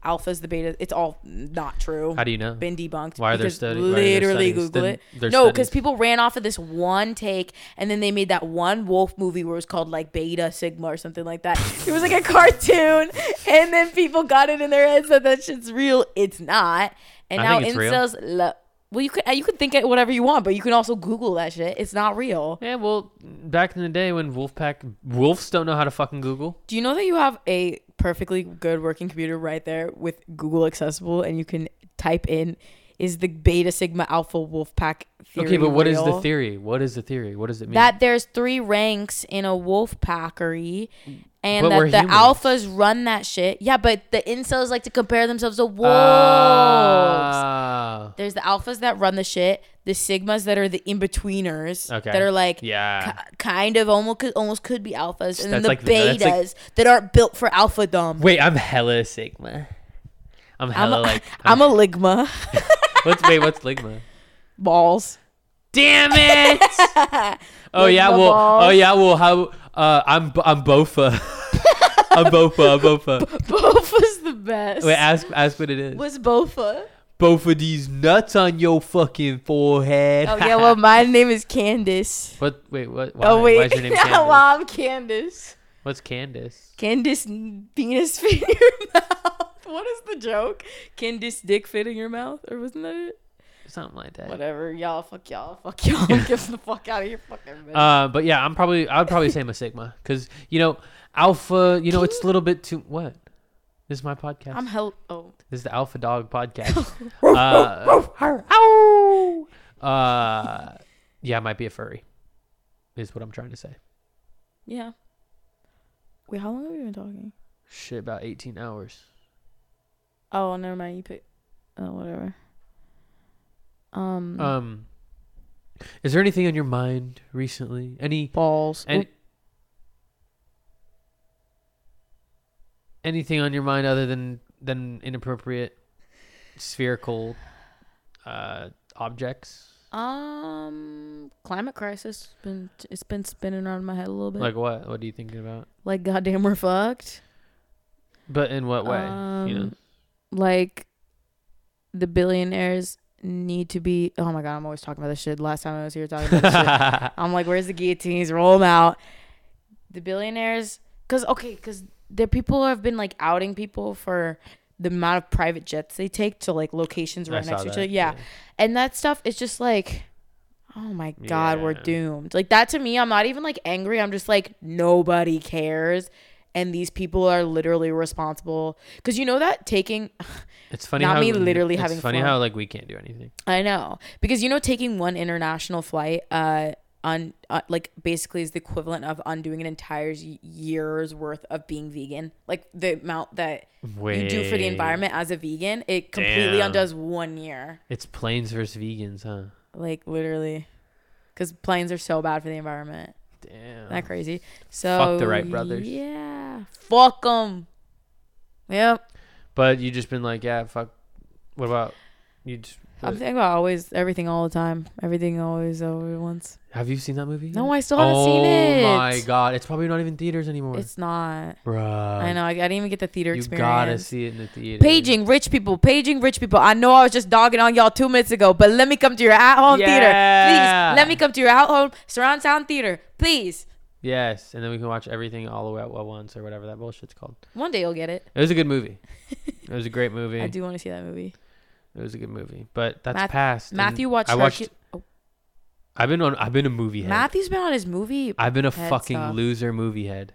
alphas the beta it's all not true
How do you know?
been debunked.
Why are there
because
study- why are there
Literally
studies?
Google
Then
it.
there's
No, because
studies.
people ran off of this one take, and then they made that one wolf movie where it was called like Beta Sigma or something like that. it was like a [LAUGHS] cartoon, and then people got it in their heads that that shit's real. It's not. And
I
now
think it's real.
incels. Lo- well, you could uh, you could think it whatever you want, but you can also Google that shit. It's not real.
Yeah, well, back in the day when Wolfpack wolves don't know how to fucking Google.
Do you know that you have a perfectly good working computer right there with Google accessible and you can type in is the beta sigma alpha wolf pack theory
Okay, but what is the
real?
theory? What is the theory? What does it mean?
that there's three ranks in a wolf packery and
But we're
that the
humans.
alphas run that shit. Yeah, but the incels like to compare themselves to wolves.
Ah.
There's the alphas that run the shit, the sigmas that are the in-betweeners
Okay.
that are like
Yeah.
ki- kind of almost could, almost could be alphas and then
That's
the
like-
betas
that's like-
that aren't built for alpha dumb.
Wait, I'm hella Sigma. I'm
I'm
hella
a,
like.
[LAUGHS] I'm a ligma. [LAUGHS]
[LAUGHS] what's wait? What's Ligma? [LAUGHS]
Balls.
Damn
[LAUGHS]
it! oh yeah,
Ligma
well, oh
balls.
yeah, well, how? Uh, I'm b- I'm Bofa. [LAUGHS] I'm Bofa. I'm Bofa.
Bofa's the best.
Wait, ask ask what it is.
What's Bofa?
Both of these nuts on your fucking forehead.
Oh
[LAUGHS]
yeah, well my name is Candace.
what? Wait, what? Why,
Oh wait,
Why
[LAUGHS]
is your name Candace?
well I'm Candace.
What's Candace?
Candace n- penis [LAUGHS] fit in your mouth. [LAUGHS] What is the joke? Candace dick fit in your mouth, or wasn't that it?
Something like that.
Whatever, y'all. Fuck y'all. Fuck
[LAUGHS]
y'all. Get the fuck out of here, fucking. bitch.
Uh, but yeah, I'm probably I would probably say I'm a Sigma because you know Alpha. You know it's a little bit too what. This is my podcast.
I'm hell. Oh,
This is the Alpha Dog podcast. uh, ow! Uh, yeah, I might be a furry. Is what I'm trying to say.
yeah. Wait, how long have we been talking?
Shit, about 18 hours.
Oh, never mind. You pick. Oh, whatever. Um,
Um, is there anything on your mind recently? Any
balls.
and anything on your mind other than than inappropriate spherical uh objects?
um, climate crisis. Been it's been spinning around my head a little bit.
Like what? What are you thinking about?
like goddamn, we're fucked.
But in what way? you know.
Um, like the billionaires need to be oh my god i'm always talking about this shit last time i was here talking about this shit
[LAUGHS]
i'm like where's the guillotines roll them out the billionaires because okay because the people have been like outing people for the amount of private jets they take to like locations
I
right
saw
next to each
that,
other yeah. and that stuff is just like oh my god we're
Yeah.
doomed like that to me i'm not even like angry i'm just like nobody cares and these people are literally responsible because you know that taking
It's funny
Not
how
me literally
it's
having
funny
fun.
how like we can't do anything.
i know because you know taking one international flight uh un uh, like basically is the equivalent of undoing an entire y- year's worth of being vegan. Like the amount that you do for the
Wait.
environment as a vegan, it completely
Damn.
undoes one year.
It's planes versus vegans, huh?
Like literally, because planes are so bad for the environment.
Damn.
Isn't that crazy? So
the Wright brothers.
Yeah, fuck them. Yep.
But you just been like, yeah, fuck. What about you? Just,
I'm thinking about always everything all the time. Everything always over once.
have you seen that movie?
No, I still haven't
oh
seen it.
my god, it's probably not even theaters anymore,
It's not.
Bruh.
I know. I, I didn't even get the theater
You
experience.
gotta see it in the theater.
Paging rich people, paging rich people. I know I was just dogging on y'all two minutes ago, but let me come to your at home
Yeah.
theater. Please, let me come to your at home surround sound theater. Please.
Yes, and then we can watch everything all the way at once or whatever that bullshit's called.
One day you'll get it.
It was a good movie. it was a great
[LAUGHS]
movie.
I do want to see that movie.
It was a good movie, but that's
Math-
past. and
Matthew watched,
I watched.
Hercu- oh,
I've been on. I've been a movie head.
Matthew's been on his movie.
I've been a
Head
fucking
stuff.
loser movie head.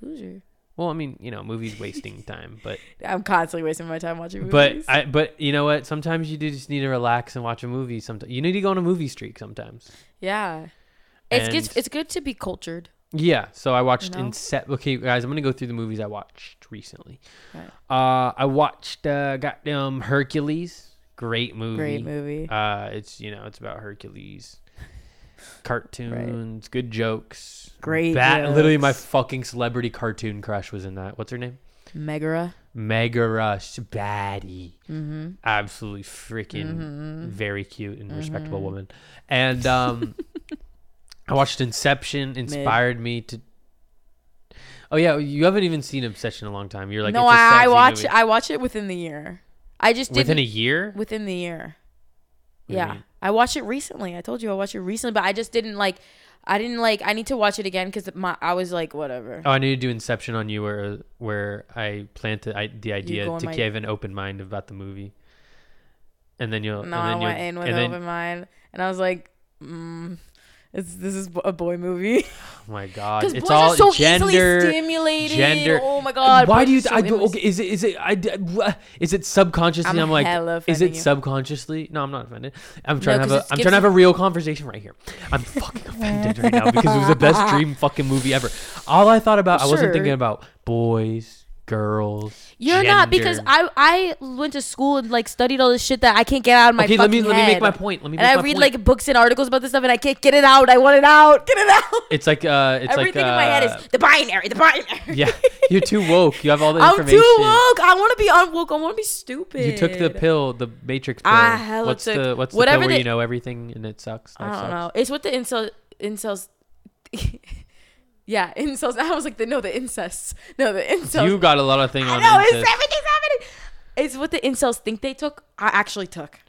Loser.
Well, I mean, you know, movies
[LAUGHS]
wasting time, but
I'm constantly wasting my time watching
but
movies.
I but you know what? Sometimes you do just need to relax and watch a movie. Sometimes you need to go on a movie streak. Sometimes.
yeah. It's good,
And-
it's good to be cultured.
Yeah, so I watched
know?
Incept. Okay, guys, I'm gonna go through the movies I watched recently.
Right.
Uh, I watched uh, goddamn Hercules. Great movie.
Great movie.
Uh, it's you know it's
[LAUGHS]
about Hercules, cartoons, good jokes.
Great
That literally my
jokes.
fucking celebrity cartoon crush was in that. What's her name?
Megara.
Mega Rush, baddie,
Mm-hmm.
absolutely freaking very cute and respectable
Mm-hmm.
woman.
[LAUGHS]
And um, I watched Inception, inspired me to. Oh yeah, you haven't even seen Obsession in a long time. You're like,
no,
it's a
I, I
sassy
watch
movie.
I watch it within the year. I just didn't
within a year.
within the year.
do you
yeah.
mean?
I watched it recently. I told you I watched it recently, but I just didn't like I didn't like I need to watch it again cuz my I was like whatever.
Oh, I need to do Inception on you, where where I planted I, the idea
go on
to
my-
give an open mind about the movie, and then you'll.
no,
and
I
then
went
you'll,
in with
and
open
then-
mind and I was like mm, it's, this is a boy
[LAUGHS]
movie [LAUGHS]
Oh my god!
because
It's
boys
all
are so
gender,
easily stimulated.
Gender.
Oh my god!
Why
boys
do you?
are so
I,
easily-
do- okay, is it is it I, d- wha- is it subconsciously? I'm,
I'm
like,
hella
is
offending
it
you.
subconsciously? No, I'm not offended. I'm trying
No,
to
'cause it
have a I'm trying
gives
to have
you-
a real conversation right here.
[LAUGHS]
I'm fucking offended right now because it was the best dream fucking movie ever. All I thought about, I wasn't
Sure.
thinking about boys, girls.
You're not because
gender.
I I went to school and like studied all this shit that I can't get out of my
Okay,
fucking
let me let me make
head.
my point. Let me.
And
make
I
my
read
point.
like books and articles about this stuff and I can't get it out. I want it out. Get it [LAUGHS] out.
It's like uh, it's
Everything
like
in my head
uh,
is the binary, the binary.
yeah. You're too
[LAUGHS]
woke. You have all the
I'm
information.
too woke. I want to be unwoke. I want to be stupid.
You took the pill, the Matrix pill.
I hella
what's
took-
the what's the pill
whatever
where
the-
you know everything and it sucks.
I
life
don't
sucks.
know. It's what the incel incels. [LAUGHS] yeah, incels. [LAUGHS] I was like, the, no, the incests. No, the incels.
You got a lot of thing
I
on
know. It's
incest.
everything's happening. It's what the incels think they took. I actually took.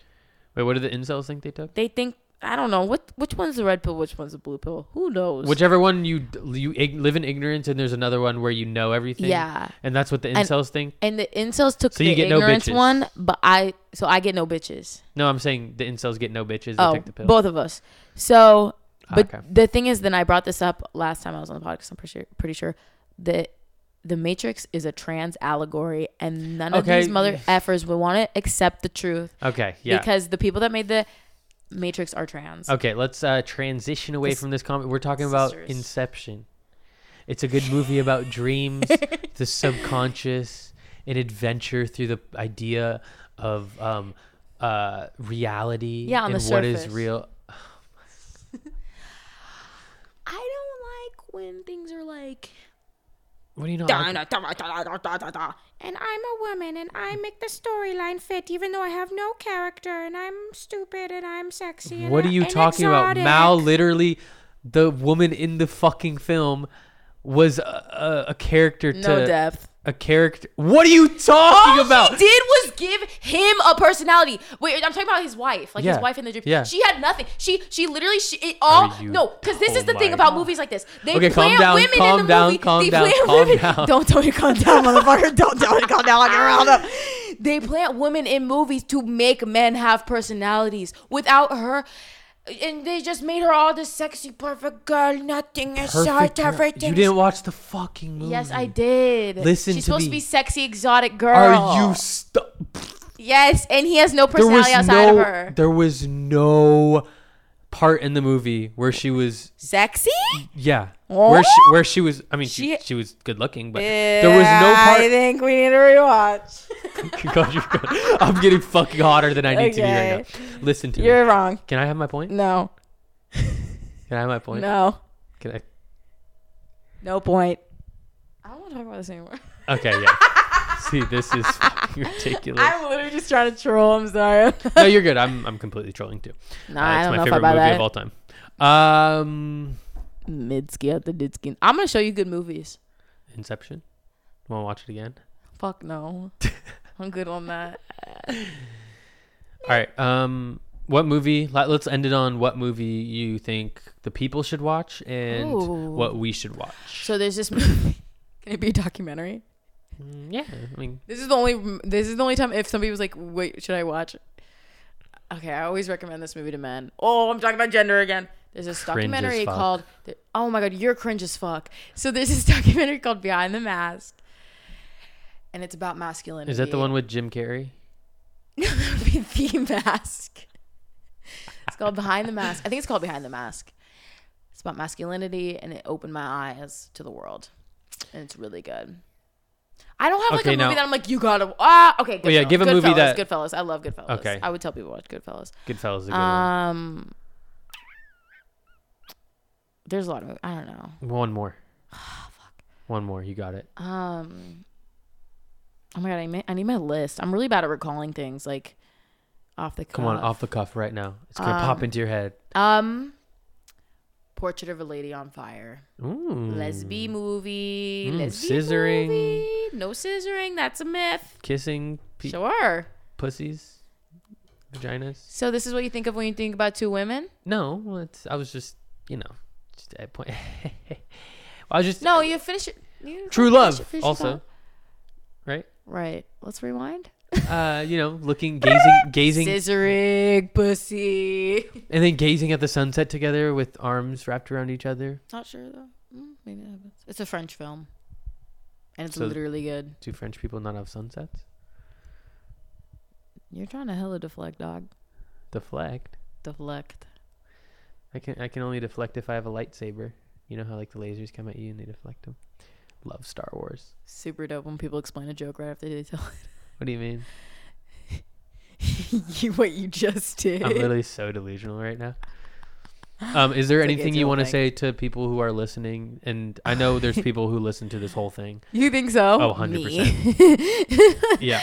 Wait, what did the incels think they took?
They think I don't know what which one's the red pill, which one's the blue pill. Who knows?
Whichever one you d- you ig- live in ignorance, and there's another one where you know everything.
Yeah.
and that's what the incels think.
and the incels took
So
the
you get no
ignorance
bitches.
one, but I so I get no bitches.
No, I'm saying the incels get no bitches. They
Oh,
took the pill.
both of us. So,
Ah,
but
okay.
the thing is, then I brought this up last time I was on the podcast. I'm pretty sure, pretty sure that the Matrix is a trans allegory, and none
Okay.
of these mother effers would want to accept the truth
Okay, yeah.
because the people that made the Matrix are trans.
okay, let's uh, transition away
This-
from this comment. We're talking about
Sisters.
Inception. It's a good
[LAUGHS]
movie about dreams, the subconscious, an adventure through the idea of um, uh, reality
Yeah, on
and
the
what is
surface.
real.
I don't like when things are like
What do you know?
"Da, da, da, da, da, da, da, da."
And I'm a woman and I make the storyline fit even though I have no character and I'm stupid and I'm sexy. And
What are
I-
you
and
talking about?
exotic.
Mal literally, the woman in the fucking film, was a, a, a character to
no depth.
a character. What are you talking
All
about?
she did was give him a personality. Wait, I'm talking about his wife, like
Yeah,
his wife in the dream.
yeah.
She had nothing. She she literally she it all
Are you-
no, because this is the
oh
thing
my
about
God.
movies like this. They
Okay, calm
plant
down,
women
calm
in the
down,
movie.
calm
they
down,
plant
calm
women.
down.
Don't tell me calm
[LAUGHS]
down, motherfucker. Don't tell me calm down. I get riled up. They plant women in movies to make men have personalities. Without her. And they just made her all this sexy, perfect girl. Nothing is
Perfect
short,
girl.
everything.
You
is
didn't watch the fucking movie.
Yes, I did.
Listen
She's
to
supposed to
me.
be sexy, exotic girl.
Are you stu
Yes, and he has no
There was
personality outside
no.
of her.
There was no part in the movie where she was
Sexy?
yeah where she where she was I mean she she,
She-
was good looking but there was no part
I think we need to rewatch.
[LAUGHS] God, you're good. I'm getting fucking hotter than I need to be right now. Listen to
You're
me.
wrong.
Can I have my point?
No.
Can I have my point?
No.
Can I?
No point. I don't want to talk about this anymore.
Okay,
[LAUGHS]
yeah. See, this is fucking ridiculous.
I'm literally just trying to troll. I'm sorry. [LAUGHS]
no, you're good. I'm I'm completely trolling too.
no,
Uh,
I
it's
don't know
my
if I
favorite
buy
movie
that.
of all time. Um,
Midsky out the Didsky. I'm gonna show you good movies.
Inception. Want to watch it again?
Fuck
[LAUGHS]
no. I'm good on that.
All right. Um, what movie? let- Let's end it on what movie you think the people should watch and
Ooh.
what we should watch.
So there's this movie. [LAUGHS] Can it be a documentary?
Mm, Yeah, I mean,
This is the only. This is the only time if somebody was like, "Wait, should I watch?" it?" Okay, I always recommend this movie to men. Oh, I'm talking about gender again. There's this
Cringe as
documentary
fuck.
called. Oh my god, you're cringe as fuck. So there's this [LAUGHS] documentary called Behind the Mask, and it's about masculinity.
is that the one with Jim Carrey?
[LAUGHS] No, that would be the mask. It's called Behind the Mask. I think it's called Behind the Mask. It's about masculinity, and it opened my eyes to the world, and it's really good. I don't have like
Okay,
a movie
now-
that I'm like you gotta ah okay. Goodfellas.
yeah, give a movie
Goodfellas,
that-
Goodfellas. I love Goodfellas.
Okay.
Okay, I would tell people to watch Goodfellas.
Goodfellas. Is a good
Um, there's a lot of I don't know. [SIGHS]
one. one more. One more. You got it.
Um, oh my god, I, ma- I need my list. I'm really bad at recalling things like off the
Come on,
cuff.
off the cuff right now. It's gonna pop into your head.
Um, Portrait of a Lady on Fire,
Ooh,
lesbian movie,
Mm,
lesbian
scissoring.
movie. No scissoring, that's a myth.
kissing pe-
Sure.
pussies, vaginas.
So this is what you think of when you think about two women?
No, well, it's, I was just, you know, just at point. [LAUGHS] well, I was just
No, you finish it. you-
true
finish
love
it- finish your
also,
thought.
right?
Right. Let's rewind.
Uh, you know,
[LAUGHS]
looking, gazing, gazing,
Scissoring, pussy.
and then gazing at the sunset together with arms wrapped around each other.
[LAUGHS] Not sure though. Mm, maybe that happens. It's a French film, and it's
So-
literally good.
Do French people not have sunsets?
You're trying to hella deflect, dog.
Deflect.
Deflect.
I can I can only deflect if I have a lightsaber. You know how like the lasers come at you and they deflect them. Love Star Wars.
Super dope when people explain a joke right after they tell [LAUGHS]
What do you mean?
you what you just did. [LAUGHS]
I'm literally so delusional right now. Um, is there
It's okay,
anything
it's
you
your
want to
thing.
say to people who are listening? And I
[LAUGHS]
know there's people who listen to this whole thing.
you think so?
Oh,
[LAUGHS]
100%. Yeah.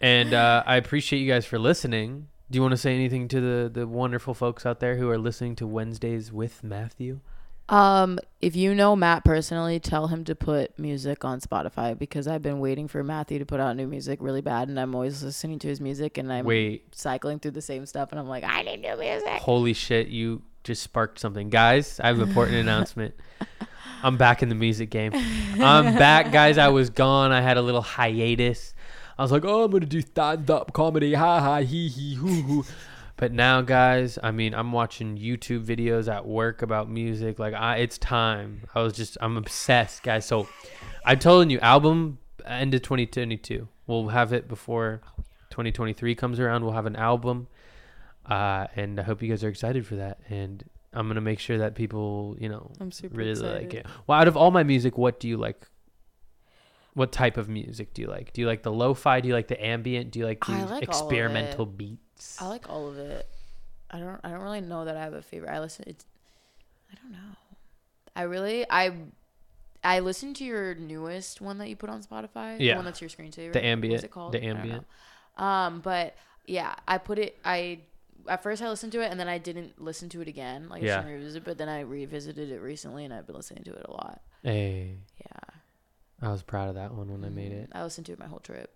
And uh, I appreciate you guys for listening. Do you want to say anything to the, the wonderful folks out there who are listening to Wednesdays with Matthew?
Um, if you know Matt personally, tell him to put music on Spotify because I've been waiting for Matthew to put out new music really bad, and I'm always listening to his music, and I'm
Wait,
cycling through the same stuff, and I'm like, I need new music.
Holy shit, you just sparked something. Guys, I have an important announcement. I'm back in the music game. I'm back, guys. I was gone. I had a little hiatus. I was like, oh, I'm going to do stand up comedy. Ha ha, hee hee, hoo hoo. But now, guys, I mean, I'm watching YouTube videos at work about music. Like, I, it's time. I was just, I'm obsessed, guys. So I'm telling you, album end of 2022. We'll have it before 2023 comes around. We'll have an album uh, and I hope you guys are excited for that. And I'm gonna make sure that people, you know,
I'm super
really
excited.
like it. Well, out of all my music, what do you like? What type of music do you like? Do you like the lo-fi? Do you like the ambient? Do you like the
I like all of it.
experimental beats?
I like all of it. I don't. I don't really know that I have a favorite. I listen. It's. I don't know. I really. I. I listened to your newest one that you put on Spotify.
Yeah.
The one that's your screensaver.
the
What's
ambient.
it called? I
The
don't
ambient.
know. Um, but yeah, I put it. I at first I listened to it and then I didn't listen to it again. Like I
Yeah.
shouldn't revisit, but then I revisited it recently and I've been listening to it a lot.
Hey,
Yeah.
I was proud of that one when I made it.
I listened to it my whole trip.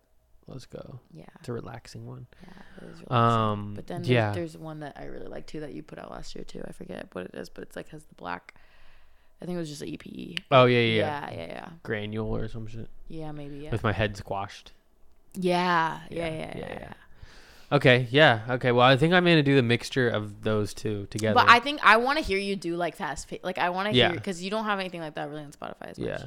Let's go.
Yeah.
It's a relaxing one.
Yeah. It was really
Um,
But then
yeah,
there's, there's one that I really like too that you put out last year too. I forget what it is, but it's like has the black. I think it was just an EPE.
oh yeah, yeah, yeah.
E. Yeah, yeah, yeah,
Granule or some shit
yeah. Maybe yeah.
with my head squashed.
Yeah, yeah, yeah, yeah.
yeah,
yeah.
yeah. Okay, yeah, okay. Well, I think I'm gonna do the mixture of those two together.
But I think I want to hear you do like fast pace. Like I want to hear
Yeah.
because you don't have anything like that really on Spotify as much.
yeah.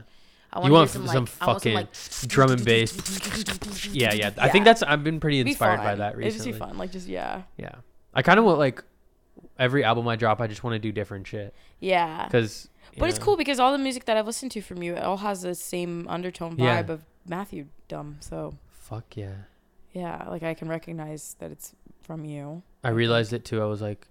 I
you
wanna
want
hear
f- some
I want
fucking drum and bass. yeah, yeah. I think that's I've been pretty
It'd be
inspired by
fun.
that
It'd just
recently.
be fun, like just yeah.
Yeah. I kind of want like every album I drop, I just want to do different shit
Yeah.
because.
But it's cool because all the music that I've listened to from you it all has the same undertone
Yeah.
vibe of Matthew Dumb. So
Fuck yeah!
yeah, like I can recognize that it's from you.
I realized it too. I was like,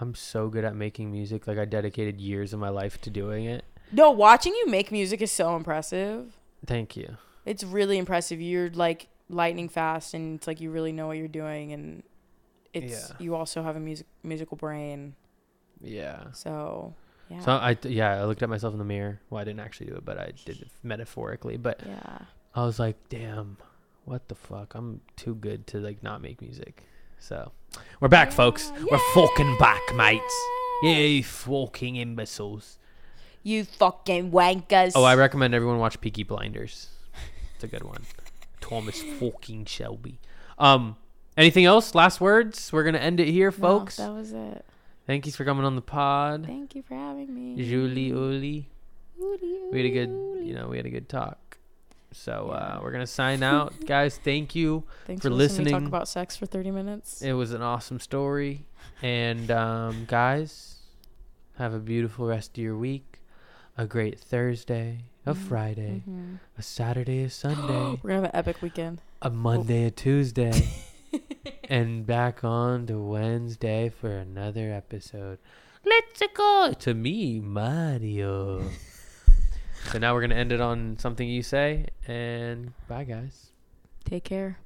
I'm so good at making music. Like I dedicated years of my life to doing it.
No, watching you make music is so impressive.
Thank you.
It's really impressive. You're like lightning fast, and it's like you really know what you're doing, and it's
Yeah.
you also have a music musical brain.
Yeah.
So yeah,
So I yeah I looked at myself in the mirror. Well, I didn't actually do it, but I did it metaphorically. But
yeah.
I was like, damn, what the fuck? I'm too good to like not make music. So we're back, folks. We're fucking back, mates. Yeah, you fucking imbeciles.
You fucking wankers.
Oh, I recommend everyone watch Peaky Blinders. It's a
[LAUGHS]
good one. Thomas fucking Shelby. Um, anything else? Last words? We're gonna end it here, folks.
that was it.
Thank you for coming on the pod,
Thank you for having me.
Julie Uli. We had a good, you know, we had a good talk. So uh, we're gonna
[LAUGHS]
sign out, guys. Thank you.
Thanks
for
for listening. to me
listening.
talk about sex for thirty minutes.
It was an awesome story. And um, guys, have a beautiful rest of your week. A great Thursday, a
Mm-hmm.
Friday, a Saturday,
[GASPS]
a Sunday, [GASPS]
We're gonna have an epic weekend.
a Monday, a Tuesday, and back on to Wednesday for another episode. Let's go to me, Mario. so now we're going to end it on something you say. And bye, guys.
Take care.